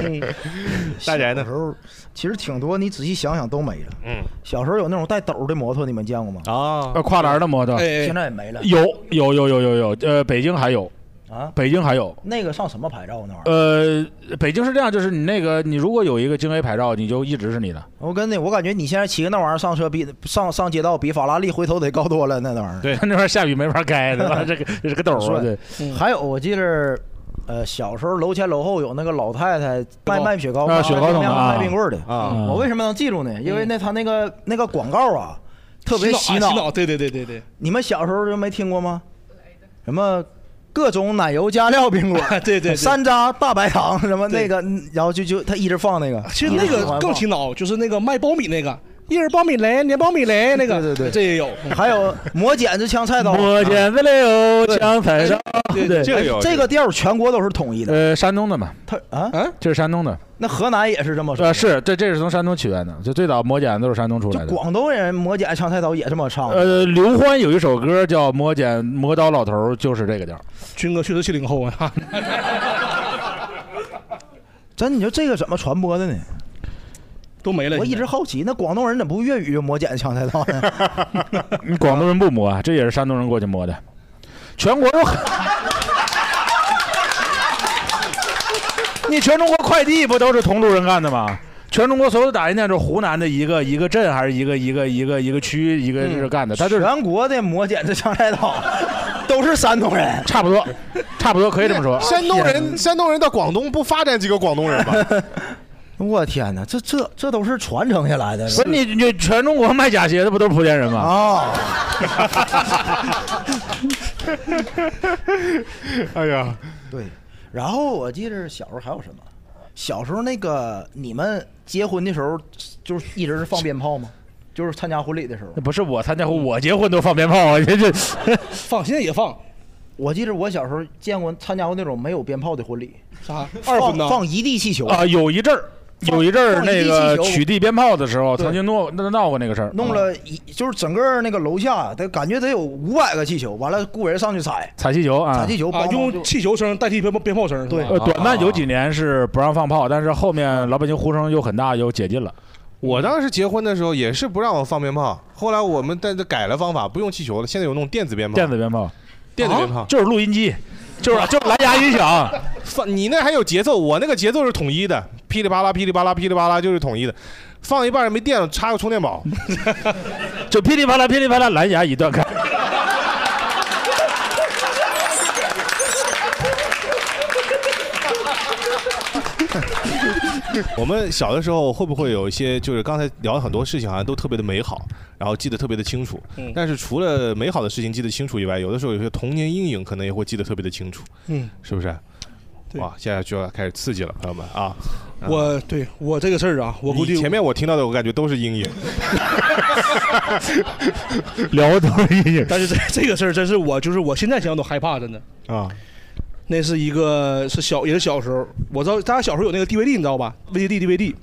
大宅那时候其实挺多，你仔细想想都没了。
嗯，
小时候有那种带斗的摩托，你们见过吗？
啊哎
呃，跨栏的摩托，
现在也没了。
有有有有有有，呃，北京还有，
啊，
北京还有，
那个上什么牌照那玩意儿？
呃，北京是这样，就是你那个，你如果有一个京 A 牌照，你就一直是你的。
我跟你，我感觉你现在骑个那玩意儿上车比上上街道比法拉利回头得高多了，那那玩意儿。
对，那玩意儿下雨没法开，对吧？ [laughs] 这个这是个斗
是吧
儿，啊对。
嗯
还有我记得，呃，小时候楼前楼后有那个老太太卖卖雪糕
啊雪糕桶的啊
卖冰棍儿的
啊
嗯
我为什么能记住呢？因为那他那个那个广告啊，特别
嗯洗
脑。
啊洗脑，对对对对对，
你们小时候就没听过吗？什么各种奶油加料冰棍
[laughs]
儿，
对对对
山楂大白糖什么
对
那个，嗯然后就就他一直放那个，嗯
其实那
一直
个
放
更洗。脑，就是那个卖苞米那个，一人苞米雷，两苞米雷那个，
对对对
[laughs] 这也有。
还有磨剪子、枪菜刀，
我剪子溜，枪材上，对，
这个有
哎这个调儿全国都是统一的。
呃，山东的嘛，
他啊，
这是山东的，
那河南也是这么说
呃，，是这这是从山东起源的，就最早磨剪都是山东出
就
来的。
广东人磨剪枪菜刀也这么唱。
呃，刘欢有一首歌叫《磨剪磨刀老头儿》，就是这个调儿。
军哥确实七零后啊，
真，你说这个怎么传播的呢？
都没了。
我一
现在
直好奇，那广东人怎么不粤语就磨剪枪菜刀呢？
你嗯广东人不磨，啊这也是山东人过去磨的。全国有很，你全中国快递不都是同路人干的吗？全中国所有的打印店就是湖南的一个一个镇还是一个一个一个一个区一
嗯
个是干的，他就是
全国的磨剪子枪菜刀都是山东人。
差不多， [laughs] 差不多可以这么说。
[laughs]
嗯
山东人，山东人到广东不发展几个广东人吗？
[laughs] 我天哪，这这这都是传承下来的
哎不是你你全中国卖假鞋的不都是莆田人吗？
啊！
[laughs] 哎呀，
对，然后我记得小时候还有什么？小时候那个你们结婚的时候，就是一直是放鞭炮吗？就是参加婚礼的时候，
那不是我参加婚，我结婚都放鞭炮啊！ [laughs] 这这
放，现在也放
我记得我小时候见过参加过那种没有鞭炮的婚礼，
啥
放
二婚呢？
放一地气球，
啊，有一阵儿，有一阵儿
放一
那
地
个
气球
取缔鞭炮的时候，曾经闹闹闹过那个事儿，
弄
啊
了一就是整个那个楼下得感觉得有五百个气球，完了雇人上去踩
踩气球啊，
踩气球，
啊
梆，梆就
用气球声代替鞭炮鞭炮声是吧。
对
呃，短暂有几年是不让放炮，但是后面老百姓呼声又很大，又解禁了。
我当时结婚的时候也是不让我放鞭炮，后来我们但是改了方法，不用气球了，现在有那种电子鞭炮。
电子鞭炮啊
电子鞭炮，
就是录音机，
[laughs]
就是就是蓝牙音响，
放你那还有节奏，我那个节奏是统一的，噼里啪啦噼里啪啦噼里啪啦就是统一的，放一半没电了，插个充电宝。 [laughs]
就噼里啪啦噼里啪啦，蓝牙一断开。
我们小的时候会不会有一些，就是刚才聊了很多事情，好像都特别的美好，然后记得特别的清楚。但是除了美好的事情记得清楚以外，有的时候有些童年阴影可能也会记得特别的清楚，
嗯，
是不是？哇，现在就要开始刺激了，朋友们啊！
我对我这个事儿啊，我估
你
计
前面我听到的，我感觉都是阴影。
[laughs]
聊的阴影。
但是这这个事儿真是我，就是我现在想想都害怕，真的
啊。
那是一个是小，也是小时候，我知道大家小时候有那个 DVD，你知道吧？VCD、DVD。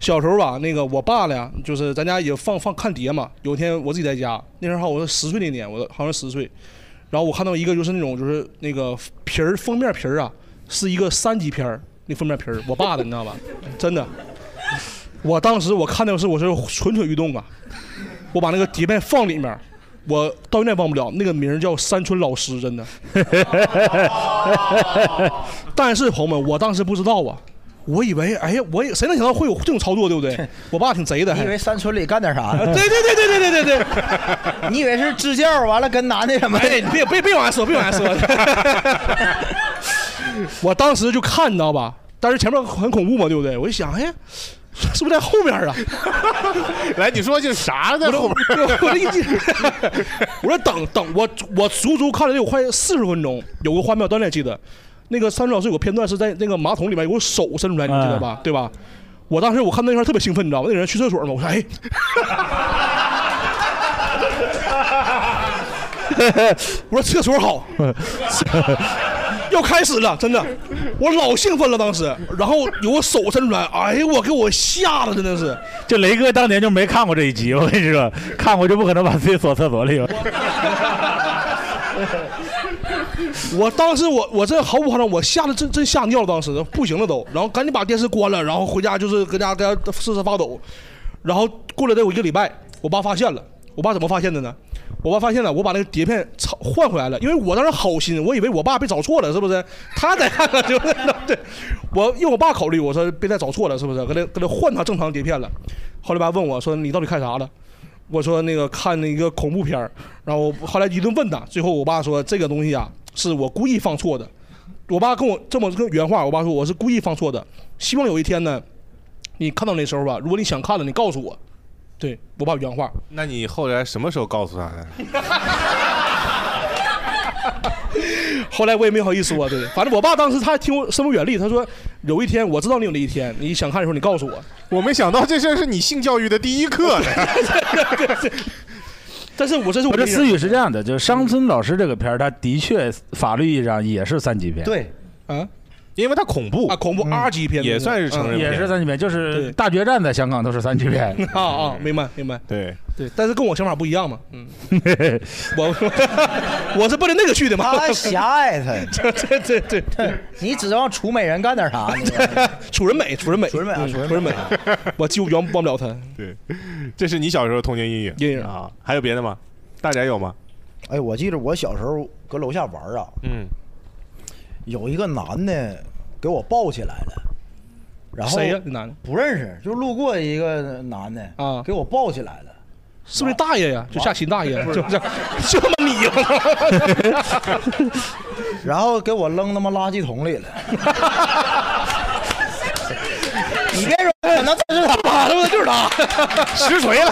小时候吧，那个我爸呢，就是咱家也放放看碟嘛。有一天我自己在家，那时候好像我十岁那年，我好像十岁，然后我看到一个就是那种就是那个皮儿封面皮儿啊，是一个三级片儿，那封面皮儿，我爸的，你知道吧？真的，我当时我看那个是我是蠢蠢欲动啊，我把那个碟片放里面，我到现在忘不了那个名儿叫山村老师，真的。但是朋友们，我当时不知道啊，我以为哎呀，我也谁能想到会有这种操作，对不
[laughs]
对？我爸挺贼的，
你以
还
为山村里干点啥？
对对对对对对对对，
[laughs] 你以为是支教完了跟男啊的什么的？
哎，你别别别往下说，别往下说。 [laughs] 我当时就看，你知道吧？但是前面很恐怖嘛，对不对？我就想，哎， [laughs] 是不是在后面啊？
[laughs] 来，你说这啥在
我这
后边？
[laughs] 我这一进，我说等等，我我足足看了得有快四十分钟，有个画面我当然记得，那个三老师有个片段是在那个马桶里面有个手伸出来，你记得
哎
吧？对吧？我当时我看那块特别兴奋，你知道吗？那人去厕所嘛，我说哎， [laughs] 我说厕所好，要开始了，真的，我老兴奋了当时，然后有个手伸出来，哎呦我给我吓的真的是。
就雷哥当年就没看过这一集，我跟你说，看过就不可能把自己锁厕所里了。
[laughs] 我当时我我这毫不夸张，我吓得真真吓尿了，当时不行了都，然后赶紧把电视关了，然后回家就是搁家搁家瑟瑟发抖，然后过了得有一个礼拜，我爸发现了，我爸怎么发现的呢？我爸发现了，我把那个碟片抄换回来了，因为我当时好心，我以为我爸被找错了，是不是？他再看看就是 [laughs] 对，我因为我爸考虑，我说别再找错了，是不是？跟他跟他换他正常碟片了。后来爸问我说你到底看啥了？我说那个看那个恐怖片儿然后后来一顿问他，最后我爸说这个东西啊是我故意放错的。我爸跟我这么个原话，我爸说我是故意放错的，希望有一天呢，你看到那时候吧，如果你想看了，你告诉我。对我爸原话，
那你后来什么时候告诉他的？
后来我也没好意思说，对，反正我爸当时他听我深谋远虑，他说有一天我知道你有那一天，你想看的时候你告诉我。
我没想到这事儿是你性教育的第一课。
[laughs] 但是我这是我
这
的
思雨是这样的，就是商村老师这个片儿，它的确法律意义上也是三级片，
对，啊，
因为它恐怖嗯
啊，恐怖 R 级片
也
算是成人片
也是三级片，就
嗯
是
对
大决战在香港都是三级片。
[laughs] 啊啊，明白明白。
对
对，但是跟我想法不一样嘛，
[laughs]
嗯，我 [laughs] 我是奔着那个去的嘛。
他狭隘他，
对 [laughs] 对对对
[laughs] 你指望楚美人干点啥？你
[laughs] 楚人美，楚人美，嗯楚人美
啊楚人美
楚人美，我几乎圆帮不了他。
对，这是你小时候的童年阴影。
阴影
啊，还有别的吗？大家有吗？
[laughs] 哎，我记得我小时候搁楼下玩儿啊，
嗯，
有一个男的给我抱起来了，然后
谁呀？这男的
不认识，就路过一个男的啊，给我抱起来了。
是不是大爷呀？就下棋大爷，
不
就是这就他妈你吗？
[laughs] 然后给我扔他妈垃圾桶里了。 [laughs] 你别说，可能真是他
妈的，就是他，
实锤了，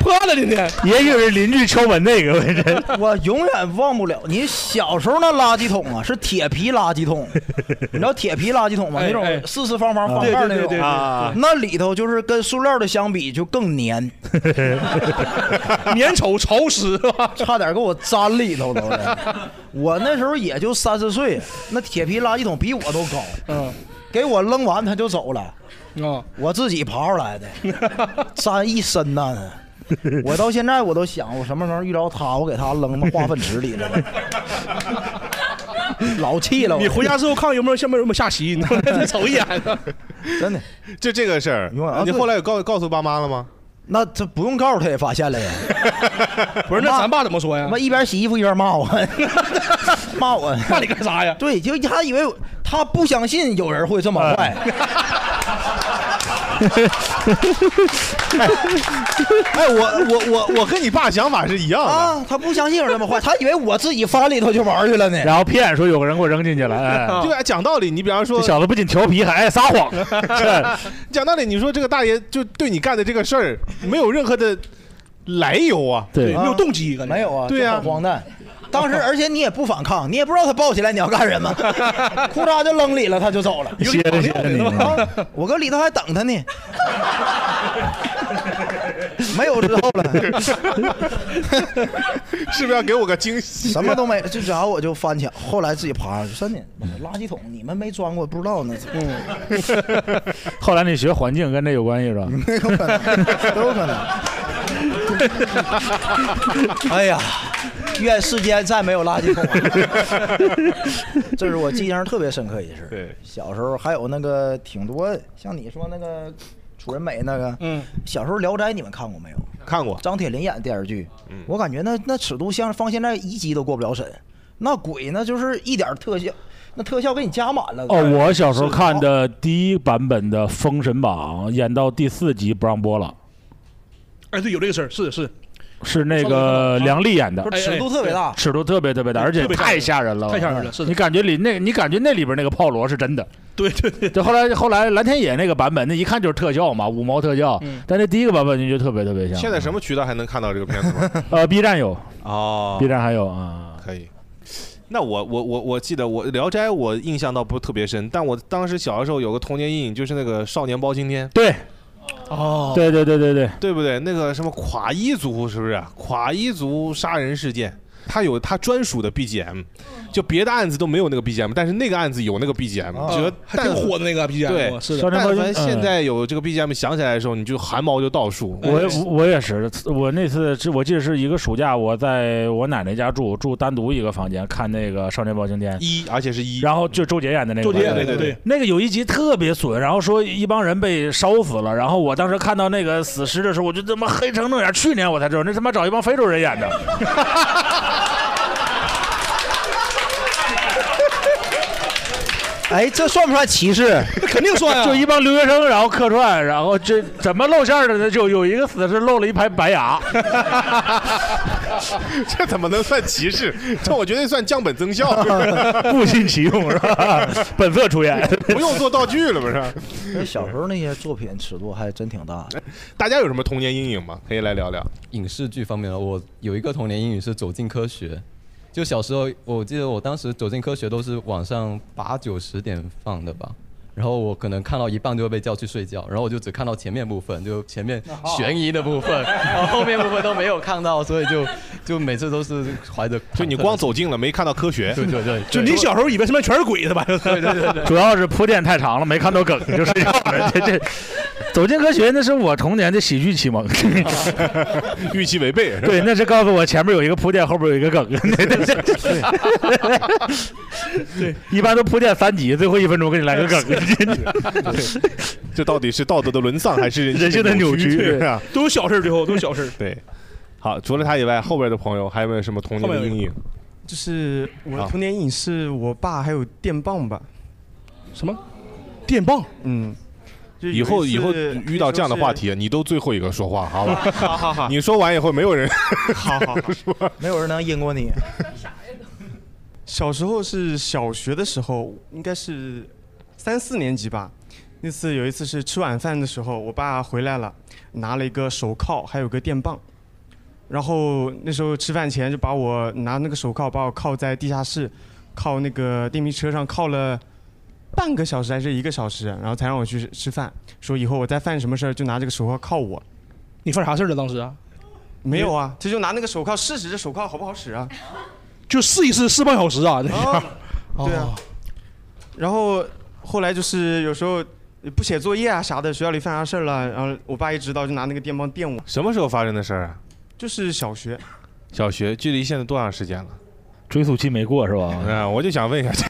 破案了今天。
也许是邻居敲门那个，我这
我永远忘不了你小时候那垃圾桶啊，是铁皮垃
[laughs]
圾桶，你知道铁皮垃圾桶吗？
哎
那种
哎
四四方方方
对
盖
对
那
对对
种
对
啊
对
那里头就是跟塑料的相比就更粘，
[laughs] 粘稠潮湿， [laughs]
差点给我粘里头了。我那时候也就三四岁，那铁皮垃圾桶比我都高，
嗯，
给我扔完他就走了，
啊，
我自己爬出
[laughs]
来的，粘一身呐。我到现在我都想，我什么时候遇着他，我给他扔他妈化粪池里了， [laughs] 老气了我。
你回家之后看看有没有下面有没有下棋，
[laughs]
你再瞅一眼。
真的，
就这个事儿，
啊
你后来有 [laughs] 告告诉爸妈了吗？
那这不用告诉他也发现了呀。
[laughs] 不是，那咱爸怎么说哎呀？
妈一边洗衣服一边骂我， [laughs] 骂我，
骂你干啥呀？
对，就他以为我他不相信有人会这么 [laughs] 坏。
哎，
哎
我我我我跟你爸想法是一样的
啊，他不相信有这么坏，他以为我自己翻里头去玩去了呢。
然后骗说有个人给我扔进去
[laughs]
了，哎，
对啊，讲道理，你比方说
这小子不仅调皮还爱撒谎
[laughs] 讲道理，你说这个大爷就对你干的这个事儿没有任何的来由啊，
对
没有动机，感觉
没有啊，
对呀
就很荒诞。当时，而且你也不反抗，你也不知道他抱起来你要干
[laughs]
什么，裤衩就扔里了，他就走了。
歇着歇着你
啊 [laughs] 我搁里头还等他
[laughs]
呢，没有之后了，
是不是要给我个惊喜？啊
什么都没，就然后我就翻墙，后来自己爬上去，真的垃圾桶你们没装过，不知道呢，
后来你学环境跟这有关系是
[laughs]
吧？
[laughs] 都有可能。哎呀，愿世间再没有垃圾桶、啊 [laughs] 这是我记忆上特别深刻一事。
对，
小时候还有那个挺多，像你说那个楚人美那个，嗯，小时候《聊斋》你们看过没有？
看过，
张铁林演的电视剧，
嗯
我感觉那那尺度像放现在一集都过不了审，那鬼那就是一点特效，那特效给你加满了。
哦，我小时候
是
看的第一版本的《封神榜》，演到第四集不让播了，
哎，对，有这个事儿，是是，
是那个梁丽演的，
啊不是尺度特别大哎哎
尺度特别特别大，
嗯
而且
特别吓人
太吓人了，
太吓人了是的
你感觉里那，你感觉那里边那个炮罗是真的。
对对对，
就后来后来蓝天野那个版本，那一看就是特效嘛，五毛特效，
嗯
但那第一个版本就觉得特别特别像。
现在什么渠道还能看到这个片子
[laughs]
吗？
呃，B 站有
哦
，B 站还有啊，
可以。那我我我我记得我《聊斋》我印象倒不是特别深，但我当时小的时候有个童年阴影，就是那个《少年包青天》，
对
哦
对对对对对，
啊对不对？那个什么垮一族是不是？垮一族杀人事件，它有它专属的 BGM，就别的案子都没有那个 BGM，但是那个案子有那个 BGM，
啊
觉得
还挺火的那个 BGM
对，
是的少年包
但
青
凡现
嗯
在有这个 BGM 想起来的时候，你就汗毛就倒竖。
我也我也是，我那次是我记得是一个暑假，我在我奶奶家住，住单独一个房间看那个《少年包青天》
一，而且是一，
然后就周杰演的那个，
周杰演的对对对，
那个有一集特别损，然后说一帮人被烧死了，然后我当时看到那个死尸的时候，我就他妈黑成那样，去年我才知道那他妈找一帮非洲人演的，
[laughs]
哎，这算不算歧视？
肯定算啊
[laughs] 就一帮留学生，然后客串，然后这怎么露馅儿的呢？就有一个死尸露了一排白牙，，
[laughs] 这怎么能算歧视？这我觉得算降本增效
[laughs] 物尽其用是
[laughs]
吧？本色出演，
不用做道具
[laughs]
了，不是？
那 [laughs] 小时候那些作品尺度还真挺大的。
大家有什么童年阴影吗？可以来聊聊。
影视剧方面的，我有一个童年阴影是《走进科学》，就小时候，我记得我当时《走进科学》都是晚上八九十点放的吧。然后我可能看到一半就会被叫去睡觉，然后我就只看到前面部分，就前面悬疑的部分，然后后面部分都没有看到，所以就就每次都是怀着
就你光走近了，没看到科学。
对对对，
就你小
时候以为身边全是鬼的吧？对
对
[laughs]
对对，
主要是铺垫太长了，没看到梗就睡觉了。这这，走进科学那是我童年的喜剧启蒙，
预期违背。是吧
对，那是告诉我前面有一个铺垫，后边有一个梗。 [laughs] 对对对 [laughs] 对，一般都铺垫三集，最后一分钟给你来
[laughs]
个梗。
这到底是道德的沦丧，还
[laughs]
是
人性的扭曲
曲？是吧？
都是小事，最后都是小事。
[laughs] 对，好，除了他以外，后边的朋友还有没有什么童年的阴影？
就是我
好
的童年阴影是我爸还有电棒吧？
什么？电棒？
嗯。就有
以后
一
以后
次
遇到这样的话，
可以
题，你都最后一个说话，好吧？
[laughs]
好好好
你说完以后，没有人
好好好
说。
没有人能赢过你。
说是小时候是小学的时候，应该是三四年级吧。那次有一次是吃晚饭的时候，我爸回来了，拿了一个手铐，还有个电棒。然后那时候吃饭前就把我拿那个手铐把我铐在地下室，铐那个电瓶车上铐了半个小时还是一个小时，然后才让我去吃饭，说以后我再犯什么事儿就拿这个手铐铐我。
你犯啥事了？当时啊？
没有啊，这就拿那个手铐试试这手铐好不好使啊。
就试一试，试半小时啊，那样。
哦 [laughs]
哦
哦
对啊。然后后来就是有时候不写作业啊啥的，学校里犯啥事儿了，然后我爸一知道就拿那个电棒电我，
什么时候发生的事儿啊？
就是小
[laughs]
学。
小学，距离现在多长时间了？
追溯期没过是吧？
啊，我就想问一下，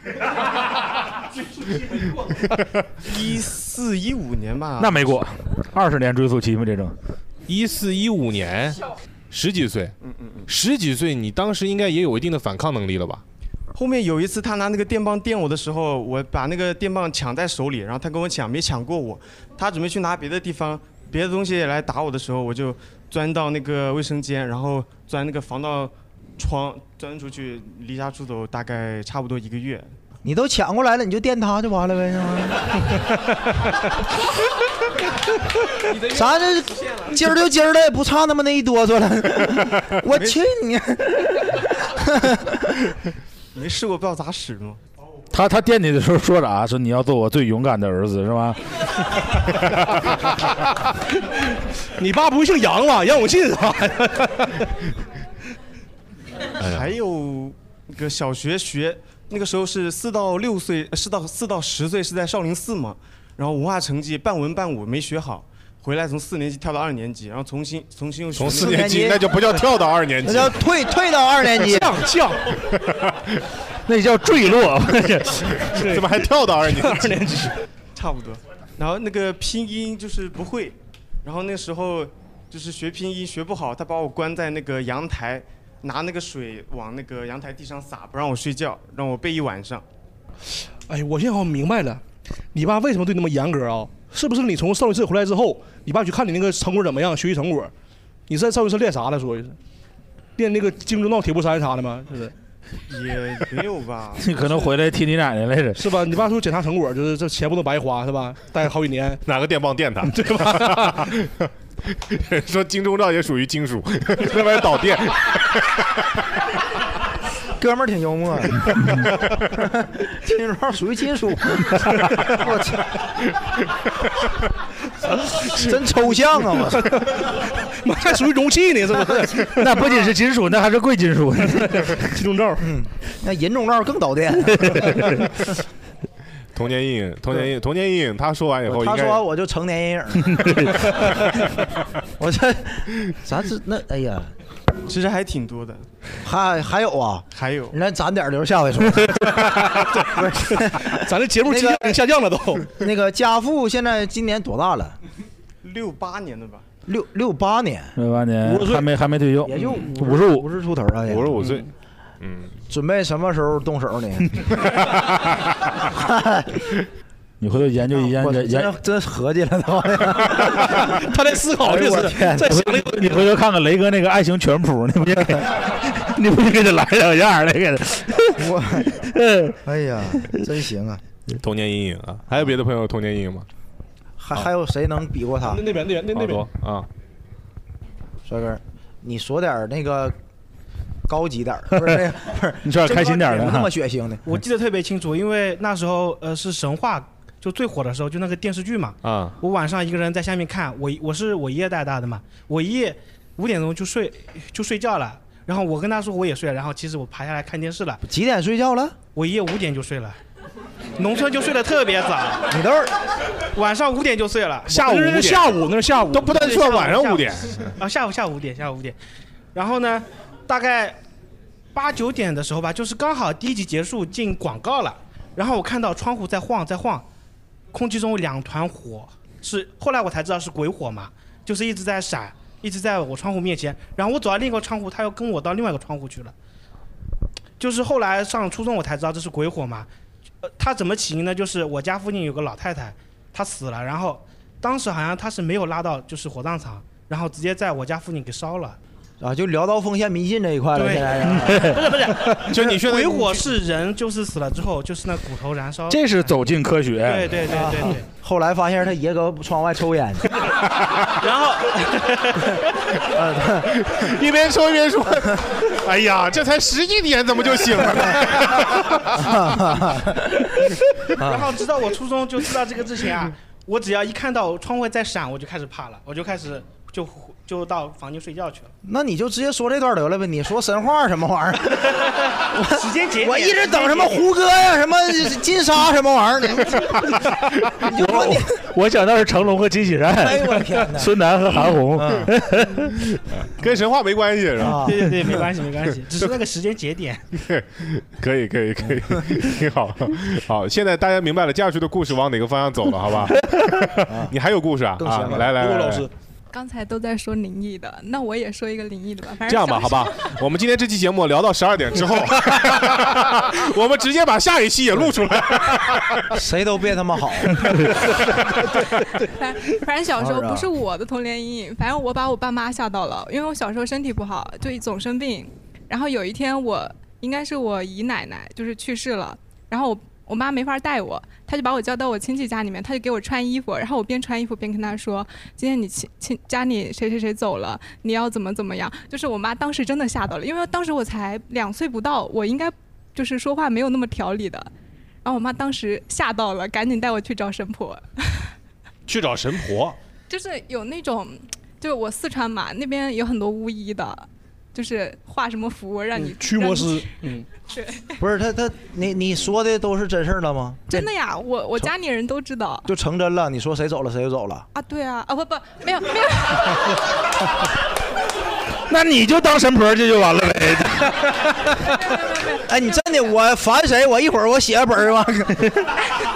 一四一五年吧，
那没过，二十年追溯期吗？这种
一四一五年，十几岁，
嗯
十几岁，你当时应该也有一定的反抗能力了吧？
后面有一次他拿那个电棒电我的时候，我把那个电棒抢在手里，然后他跟我抢，没抢过我。他准备去拿别的地方别的东西来打我的时候，我就钻到那个卫生间，然后钻那个防盗窗，钻出去，离家出走大概差不多一个月。
你都抢过来了，你就电他就完了呗，是
[laughs]
吗？咱这今儿就今儿的，不差那么那一哆嗦了。 [laughs] 我去你！
没试过不知道咋使吗？
他他惦记的时候说
啊
啥？说你要做我最勇敢的儿子是吧？
你爸不会姓杨吧？让我信
啊
啥
[laughs]
呀？
哎
还有那个小学学，那个时候是四到六岁，呃四到四到十岁是在少林寺嘛，然后文化成绩半文半武没学好，回来从四年级跳到二年级，然后重新重新又学
从
那个
四年级那就不叫跳到二年级，
那叫退退到二年级
降降，
[laughs] 那叫坠
[laughs]
落，
怎么还跳到
[laughs]
二年级？
二年级差不多。然后那个拼音就是不会，然后那时候就是学拼音学不好，他把我关在那个阳台，拿那个水往那个阳台地上洒，不让我睡觉，让我背一晚上。
哎，我现在好像明白了，你爸为什么对你那么严格啊？是不是你从少林寺回来之后，你爸去看你那个成果怎么样，学习成果？你在少林寺练啥了？说的是练那个精忠闹铁布衫啥的吗？是不是？
也 [laughs] 没有吧
[laughs] 你可能回来踢你奶奶来着。
是吧？你爸说检查成果，就是这钱不能白花，是吧？待好几年，
哪个电棒电他，
[laughs] 对吧？
[laughs] 说金钟罩也属于金属， [laughs] 那玩意儿导
[laughs]
电。
哥们儿挺幽
[laughs]
默的，金属属于金属。我操！真抽象啊！
[laughs] 我还属于容器呢，这不是？
[laughs] 那不仅是金属，那还是贵金属。 [laughs]
金钟罩，
嗯，那银钟罩更导电。
[laughs]
童年
嗯
阴影，童年阴影，童年阴影。他说完以后，
他
应该
说完我就成年阴影了，
[laughs]
我这咱这那哎呀，
其实还挺多的，
还还有啊，
还有，
那攒点儿留下回说。
[laughs] 咱这节目质量下降了都。
那个家父现在今年多大了？
六八年的吧，
六六八年，
六八年
50岁
还没还没退休，
也就
嗯
五十五
五十出头啊，也
五十五岁，嗯，
准备什么时候
[laughs]
动手呢？
你回头研究一研
我
究研
真，真合计
[laughs]
了都，
他在思考这
哎呦我
是
天
在想了一
你你回头看看雷哥那个爱情全谱，你不也给， [laughs] 你不也给他来两样儿，那给他。
我
嗯
哎呀，真行啊！
童年阴影啊。还有别的朋友有童年阴影吗？
还还有谁能比过他
那？那边那哎边那那
好
边
多啊，
帅哥，你说点儿那个高级点儿，不是那个不是，
你说点开心点儿的
不那
哈
么血腥的。
我记得特别清楚，因为那时候呃是神话就最火的时候，就那个电视剧嘛。
嗯
啊，
我晚上一个人在下面看，我我是我爷爷带大的嘛，我爷爷五点钟就睡就睡觉了，然后我跟他说我也睡了，然后其实我爬下来看电视了，
几点睡觉了？
我爷爷五点就睡了，农村就睡得特别早，
你都是
晚上五点就睡了，
[laughs] 下午
那是下午，那是下午，
都不但算晚上五点，
[laughs] 啊，下午下午五点，下午五点。然后呢，大概八九点的时候吧，就是刚好第一集结束进广告了，然后我看到窗户在晃在晃，空气中有两团火，是后来我才知道是鬼火嘛，就是一直在闪，一直在我窗户面前。然后我走到另一个窗户，他又跟我到另外一个窗户去了。就是后来上初中我才知道这是鬼火嘛，呃，它怎么起因呢？就是我家附近有个老太太，她死了，然后当时好像她是没有拉到就是火葬场，然后直接在我家附近给烧了。
啊，就聊到封建迷信这一块了，
对
现在是。
[laughs] 不是不
[laughs]
是，
就你现在
鬼火是人就是死了之后就是那骨头燃
[laughs]
烧。
这是走进科学。
对对对对对。
[laughs] 后来发现他爷搁窗外抽烟，
[laughs] 然
[laughs]
后
[laughs] 一边说一边说，哎呀，这才十一点，怎么就醒
[laughs]
了？
然后直到我初中就知道这个之前
嗯
啊，我只要一看到窗户在闪，我就开始怕了，我就开始就就到房间睡觉去了。
那你就直接说这段得了呗？你说神话什么玩意儿？
[laughs] 时间节点
我一直等什么
时间节点
胡歌呀，什么金莎什么玩意儿
[laughs]
呢？你就说你，
我想到是成龙和金喜
哎
善，
呦我天哪！
孙楠和韩红。 [laughs]
跟神话没关系是吧？
啊，
对对对，没关系没关系，只是那个时间节点。
[laughs] 可以，可以，可以，挺好。好，现在大家明白了接下去的故事往哪个方向走了，好吧？你还有故事啊？
更
啊
邪，门
来来
布
来，
鲁
来
老师，
刚才都在说灵异的，那我也说一个灵异的吧。反正
这样吧，
小
好 [laughs] 吧，我们今天这期节目聊到十二点之后， [laughs] 我们直接把下一期也录出来。
谁都别他妈好，
[laughs] 反反正小时候
二啊
不是我的童年阴影，反正我把我爸妈吓到了，因为我小时候身体不好，就总生病。然后有一天我应该是我姨奶奶就是去世了，然后我我妈没法带我，她就把我叫到我亲戚家里面，她就给我穿衣服，然后我边穿衣服边跟她说，今天你亲亲家里谁谁谁走了，你要怎么怎么样。就是我妈当时真的吓到了，因为当时我才两岁不到，我应该就是说话没有那么条理的。然后我妈当时吓到了，赶紧带我去找神婆。
[laughs] 去找神婆，
就是有那种，就是我四川嘛，那边有很多巫医的，就是画什么符让你
驱魔，
让
师
你，
嗯，
不是他他你你说的都是真事儿了吗？
真的呀，我我家里人都知道
就成真了？你说谁走了谁就走了？
啊，对啊，啊不不，没有没有，
那你就当神婆去就完了呗。
[laughs] 哎，你真的我烦谁？我一会儿我写本
[laughs]
儿吧。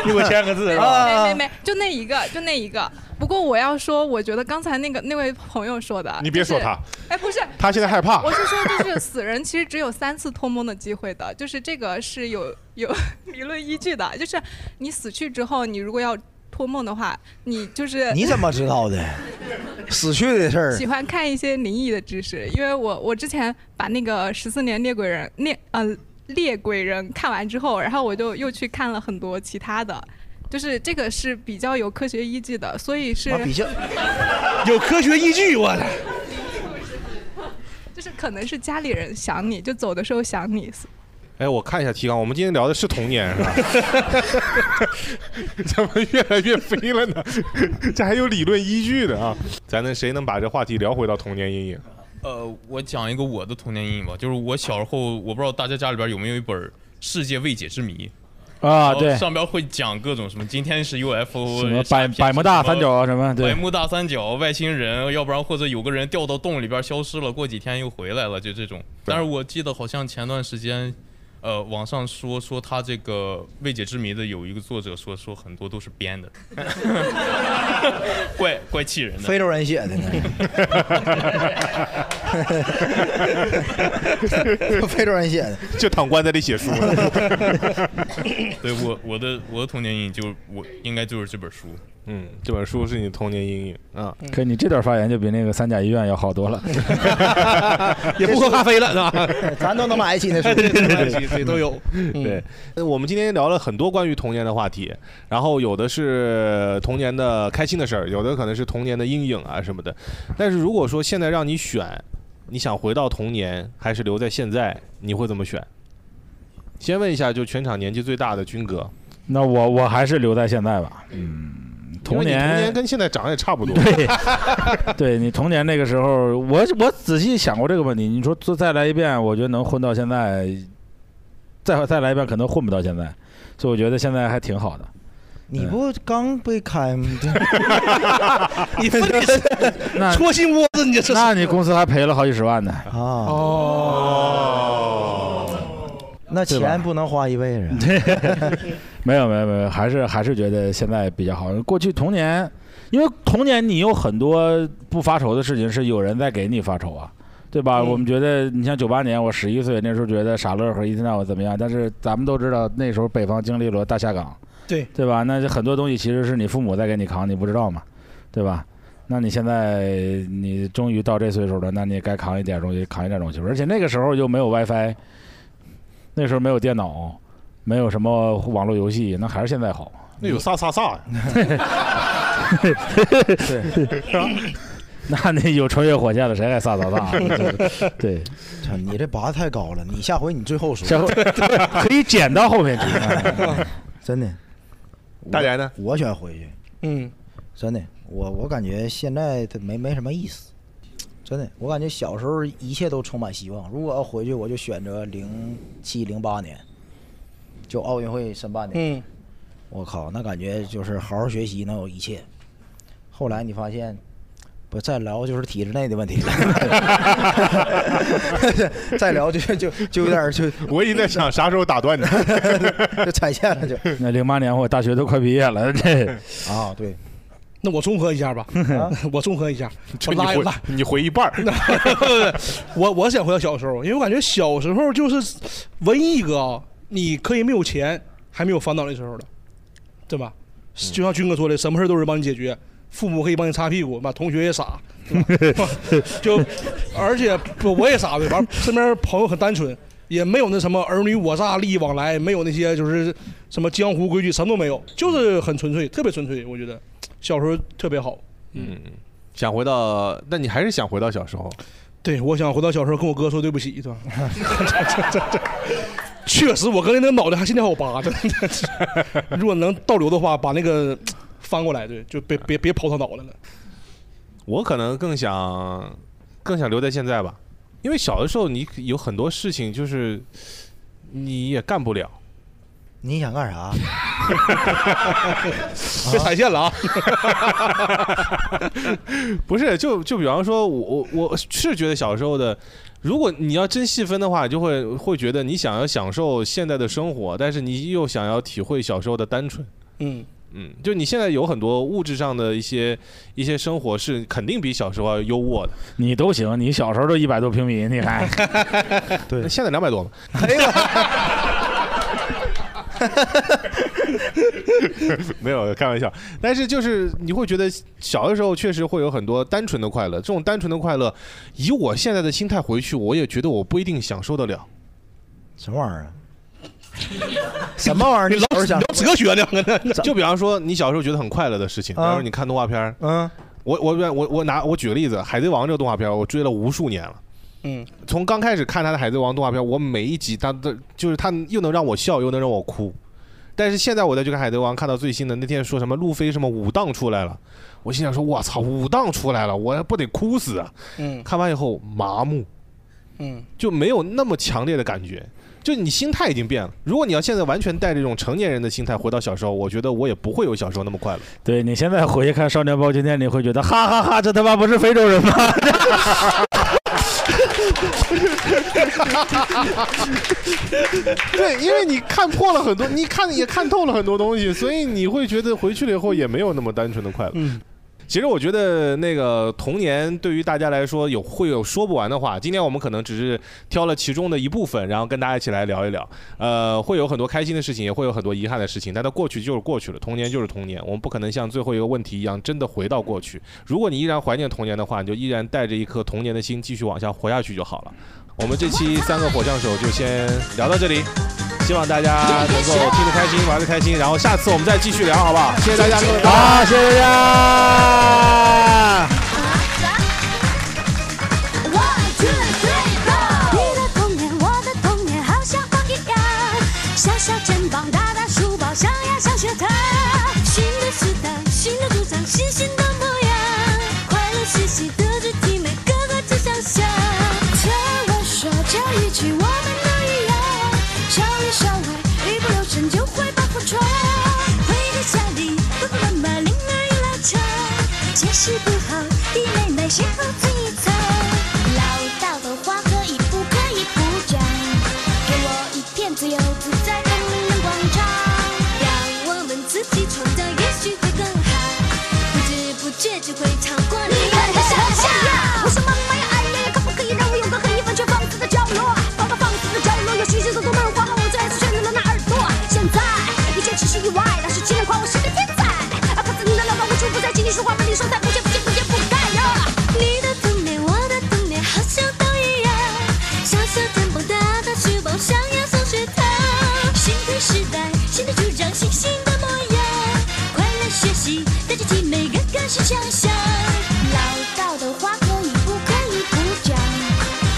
一会签个字
没没
是吧？
啊
没没没，就那一个，就那一个。不过我要说，我觉得刚才那个那位朋友说的，
[laughs] 你别
就是
说他，
哎，不是，
他现在害怕
我。是说，就是死人其实只有三次托梦的机会的，就是这个是有有理论依据的，就是你死去之后，你如果要托梦的话，你就是
你怎么知道的？死去的事儿
喜欢看一些灵异的知识，因为我我之前把那个《十四年猎鬼人》猎呃猎鬼人看完之后，然后我就又去看了很多其他的，就是这个是比较有科学依据的，所以是
妈比较
有科学依据，我的
就是可能是家里人想你就走的时候想你，
[laughs] 哎，我看一下提纲，我们今天聊的是童年 [laughs] 是吧？怎么越来越飞了呢？ [laughs] 这还有理论依据的啊！咱们谁能把这话题聊回到童年阴影？
呃，我讲一个我的童年阴影吧，就是我小时候，我不知道大家家里边有没有一本《世界未解之谜》
啊
然后
对
上边会讲各种什么，今天是 UFO，
什么
下
百
片
百慕大三角啊什么对
百慕大三角、外星人，要不然或者有个人掉到洞里边消失了，过几天又回来了，就这种。但是我记得好像前段时间，呃，网上说说他这个未解之谜的有一个作者说说很多都是编
[laughs]
的， [laughs] 怪怪气人的。
非洲人写的呢，非洲人写的。
[laughs] 就躺棺材里写书了。
对我我的我的童年阴影就是我应该就是这本书。
嗯，这本书是你童年阴影啊。
可你这段发言就比那个三甲医院要好多了，
[laughs] 也不喝咖啡了，是吧？
[laughs] 咱都能买一期那书
对对对
对对都有
对，呃我们今天聊了很多关于童年的话题，然后有的是童年的开心的事儿，有的可能是童年的阴影啊什么的。但是如果说现在让你选，你想回到童年还是留在现在，你会怎么选？先问一下，就全场年纪最大的军哥，
[laughs] 那我我还是留在现在吧。嗯童
嗯因为你童
年
年跟现在长得也差不多。
对，对你童年那个时候，我我仔细想过这个问题。你说再再来一遍，我觉得能混到现在，再再来一遍可能混不到现在，所以我觉得现在还挺好
[laughs]
的。
你不刚被开吗？
你分你 [laughs] 那
戳心窝子，你这是
那你公司还赔了好几十万呢
啊！哦
哦
那
对吧
钱不能花一辈啊
[laughs]
子。
没有没有没有，还是还是觉得现在比较好。过去童年，因为童年你有很多不发愁的事情，是有人在给你发愁啊，对吧？我们觉得，你像九八年，我十一岁那时候觉得傻乐和伊森纳我怎么样，但是咱们都知道那时候北方经历了大下岗，
对
对吧？那就很多东西其实是你父母在给你扛，你不知道嘛，对吧？那你现在你终于到这岁数了，那你也该扛一点东西，扛一点东西。而且那个时候又没有 WiFi，那时候没有电脑，没有什么网络游戏，那还是现在
[laughs]
好。
那有啥啥啥呀？
对， [laughs] 那那有穿越火线的，谁还撒撒
[laughs]
撒？对，
操你这拔得太高了，你下回你最后说， [laughs]
下回可以剪到后面去。
真的。
大家呢？
我选回去。嗯，真的，我我感觉现在它没没什么意思。真的，我感觉小时候一切都充满希望。如果要回去，我就选择零七零八年，就奥运会申办的。嗯，我靠，那感觉就是好好学习能有一切。后来你发现，不再聊就是体制内的问题 [laughs] 了， [laughs] 再聊就就就有点儿就
我已经在想啥时候打
[laughs]
断你，
就踩线了就。
[laughs] 那零八年我大学都快毕业了，这
啊，对，
那我综合一下吧，
啊
我综合一下，我拉一拉，
你回一半儿
[laughs] 我我想回到小时候，因为我感觉小时候就是文艺哥，你可以没有钱，还没有烦恼那时候的，对吧？就像军哥说的，什么事都是帮你解决，父母可以帮你擦屁股，妈同学也傻，对吧就而且不我也傻呗，完身边朋友很单纯，也没有那什么儿女我诈、利益往来，没有那些就是什么江湖规矩，什么都没有，就是很纯粹，特别纯粹，我觉得小时候特别好。
嗯，想回到，那你还是想回到小时候？
对，我想回到小时候跟我哥说对不起，对吧？ [laughs] 确实，我哥那个脑袋还现在还有疤，真的。 [laughs] 如果能倒流的话，把那个翻过来，对，就别别别刨他脑袋了。
我可能更想更想留在现在吧，因为小的时候你有很多事情就是你也干不了。
你想干啥？啊
别踩线了啊！ [laughs] 不是，就就比方说我，我我是觉得小时候的，如果你要真细分的话，就会会觉得你想要享受现在的生活，但是你又想要体会小时候的单纯。
嗯
嗯，就你现在有很多物质上的一些一些生活是肯定比小时候要优渥的。
你都行，你小时候都一百多平米，你还
[laughs]
对，现在两百多嘛。
哎
[laughs] 没有开玩笑，但是就是你会觉得小的时候确实会有很多单纯的快乐，这种单纯的快乐，以我现在的心态回去，我也觉得我不一定享受得了。
什么玩意儿啊？什么玩意儿？你老想
哲学
[laughs]
呢？
就比方说你小时候觉得很快乐的事情，比方说你看动画片儿，
嗯，
我我我我拿我举个例子，《海贼王》这个动画片儿我追了无数年了。
嗯，
从刚开始看他的《海贼王》动画片，我每一集他都就是他又能让我笑，又能让我哭。但是现在我再去看《海贼王》，看到最新的那天说什么路飞什么武当出来了，我心想说：“我操，武当出来了，我不得哭死啊！”
嗯
看完以后麻木，
嗯
就没有那么强烈的感觉。就你心态已经变了。如果你要现在完全带着这种成年人的心态回到小时候，我觉得我也不会有小时候那么快乐。
对你现在回去看《少年包青天》，你会觉得哈哈哈这他妈不是非洲人吗？
对，因为你看破了很多，你看也看透了很多东西，所以你会觉得回去了以后也没有那么单纯的快乐。
嗯，
其实我觉得那个童年对于大家来说有会有说不完的话。今天我们可能只是挑了其中的一部分，然后跟大家一起来聊一聊。呃，会有很多开心的事情，也会有很多遗憾的事情，但它过去就是过去了，童年就是童年，我们不可能像最后一个问题一样真的回到过去。如果你依然怀念童年的话，你就依然带着一颗童年的心继续往下活下去就好了。我们这期三个火枪手就先聊到这里，希望大家能够听得开心，玩得开心，然后下次我们再继续聊，好不好？啊谢谢大家，各位观众
好，谢谢大家。
你的童年，我的童年，好像风一样，小小肩膀，大大书包，上呀上学堂。新的时代，新的主张，新新的模样，快乐学习，德智体美，个个志向想。听我说这一句，我们都一样，校里校外，一不留神就会把风传。回到家里，爸爸妈妈铃儿一拉长，解释不好，弟妹妹先后自己猜。老道的话可以不可以不讲？给我一片自由自在的人人广场，让我们自己创造，也许会更好。不知不觉就会超过你的想象。我说妈妈呀，哎呀呀，可不可以让我有个可以完全放肆的角落？包个放肆的角落，有新鲜的动漫花和我最爱吃炫的那耳朵。现在一切只是意外，老师竟然夸我是个天才。啊，可是你的老板无处不在，请你说话把你说在不见不见不见不该呀。你的童年，我的童年，好像都一样。小小肩膀，大大书包，上呀上学堂。新的时代，新的主张，新新的模样。快乐学习，带着体美，个个是强项。老道的话可以不可以不讲？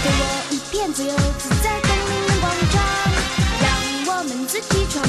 给我一片自由自在的人人广场，让我们自己创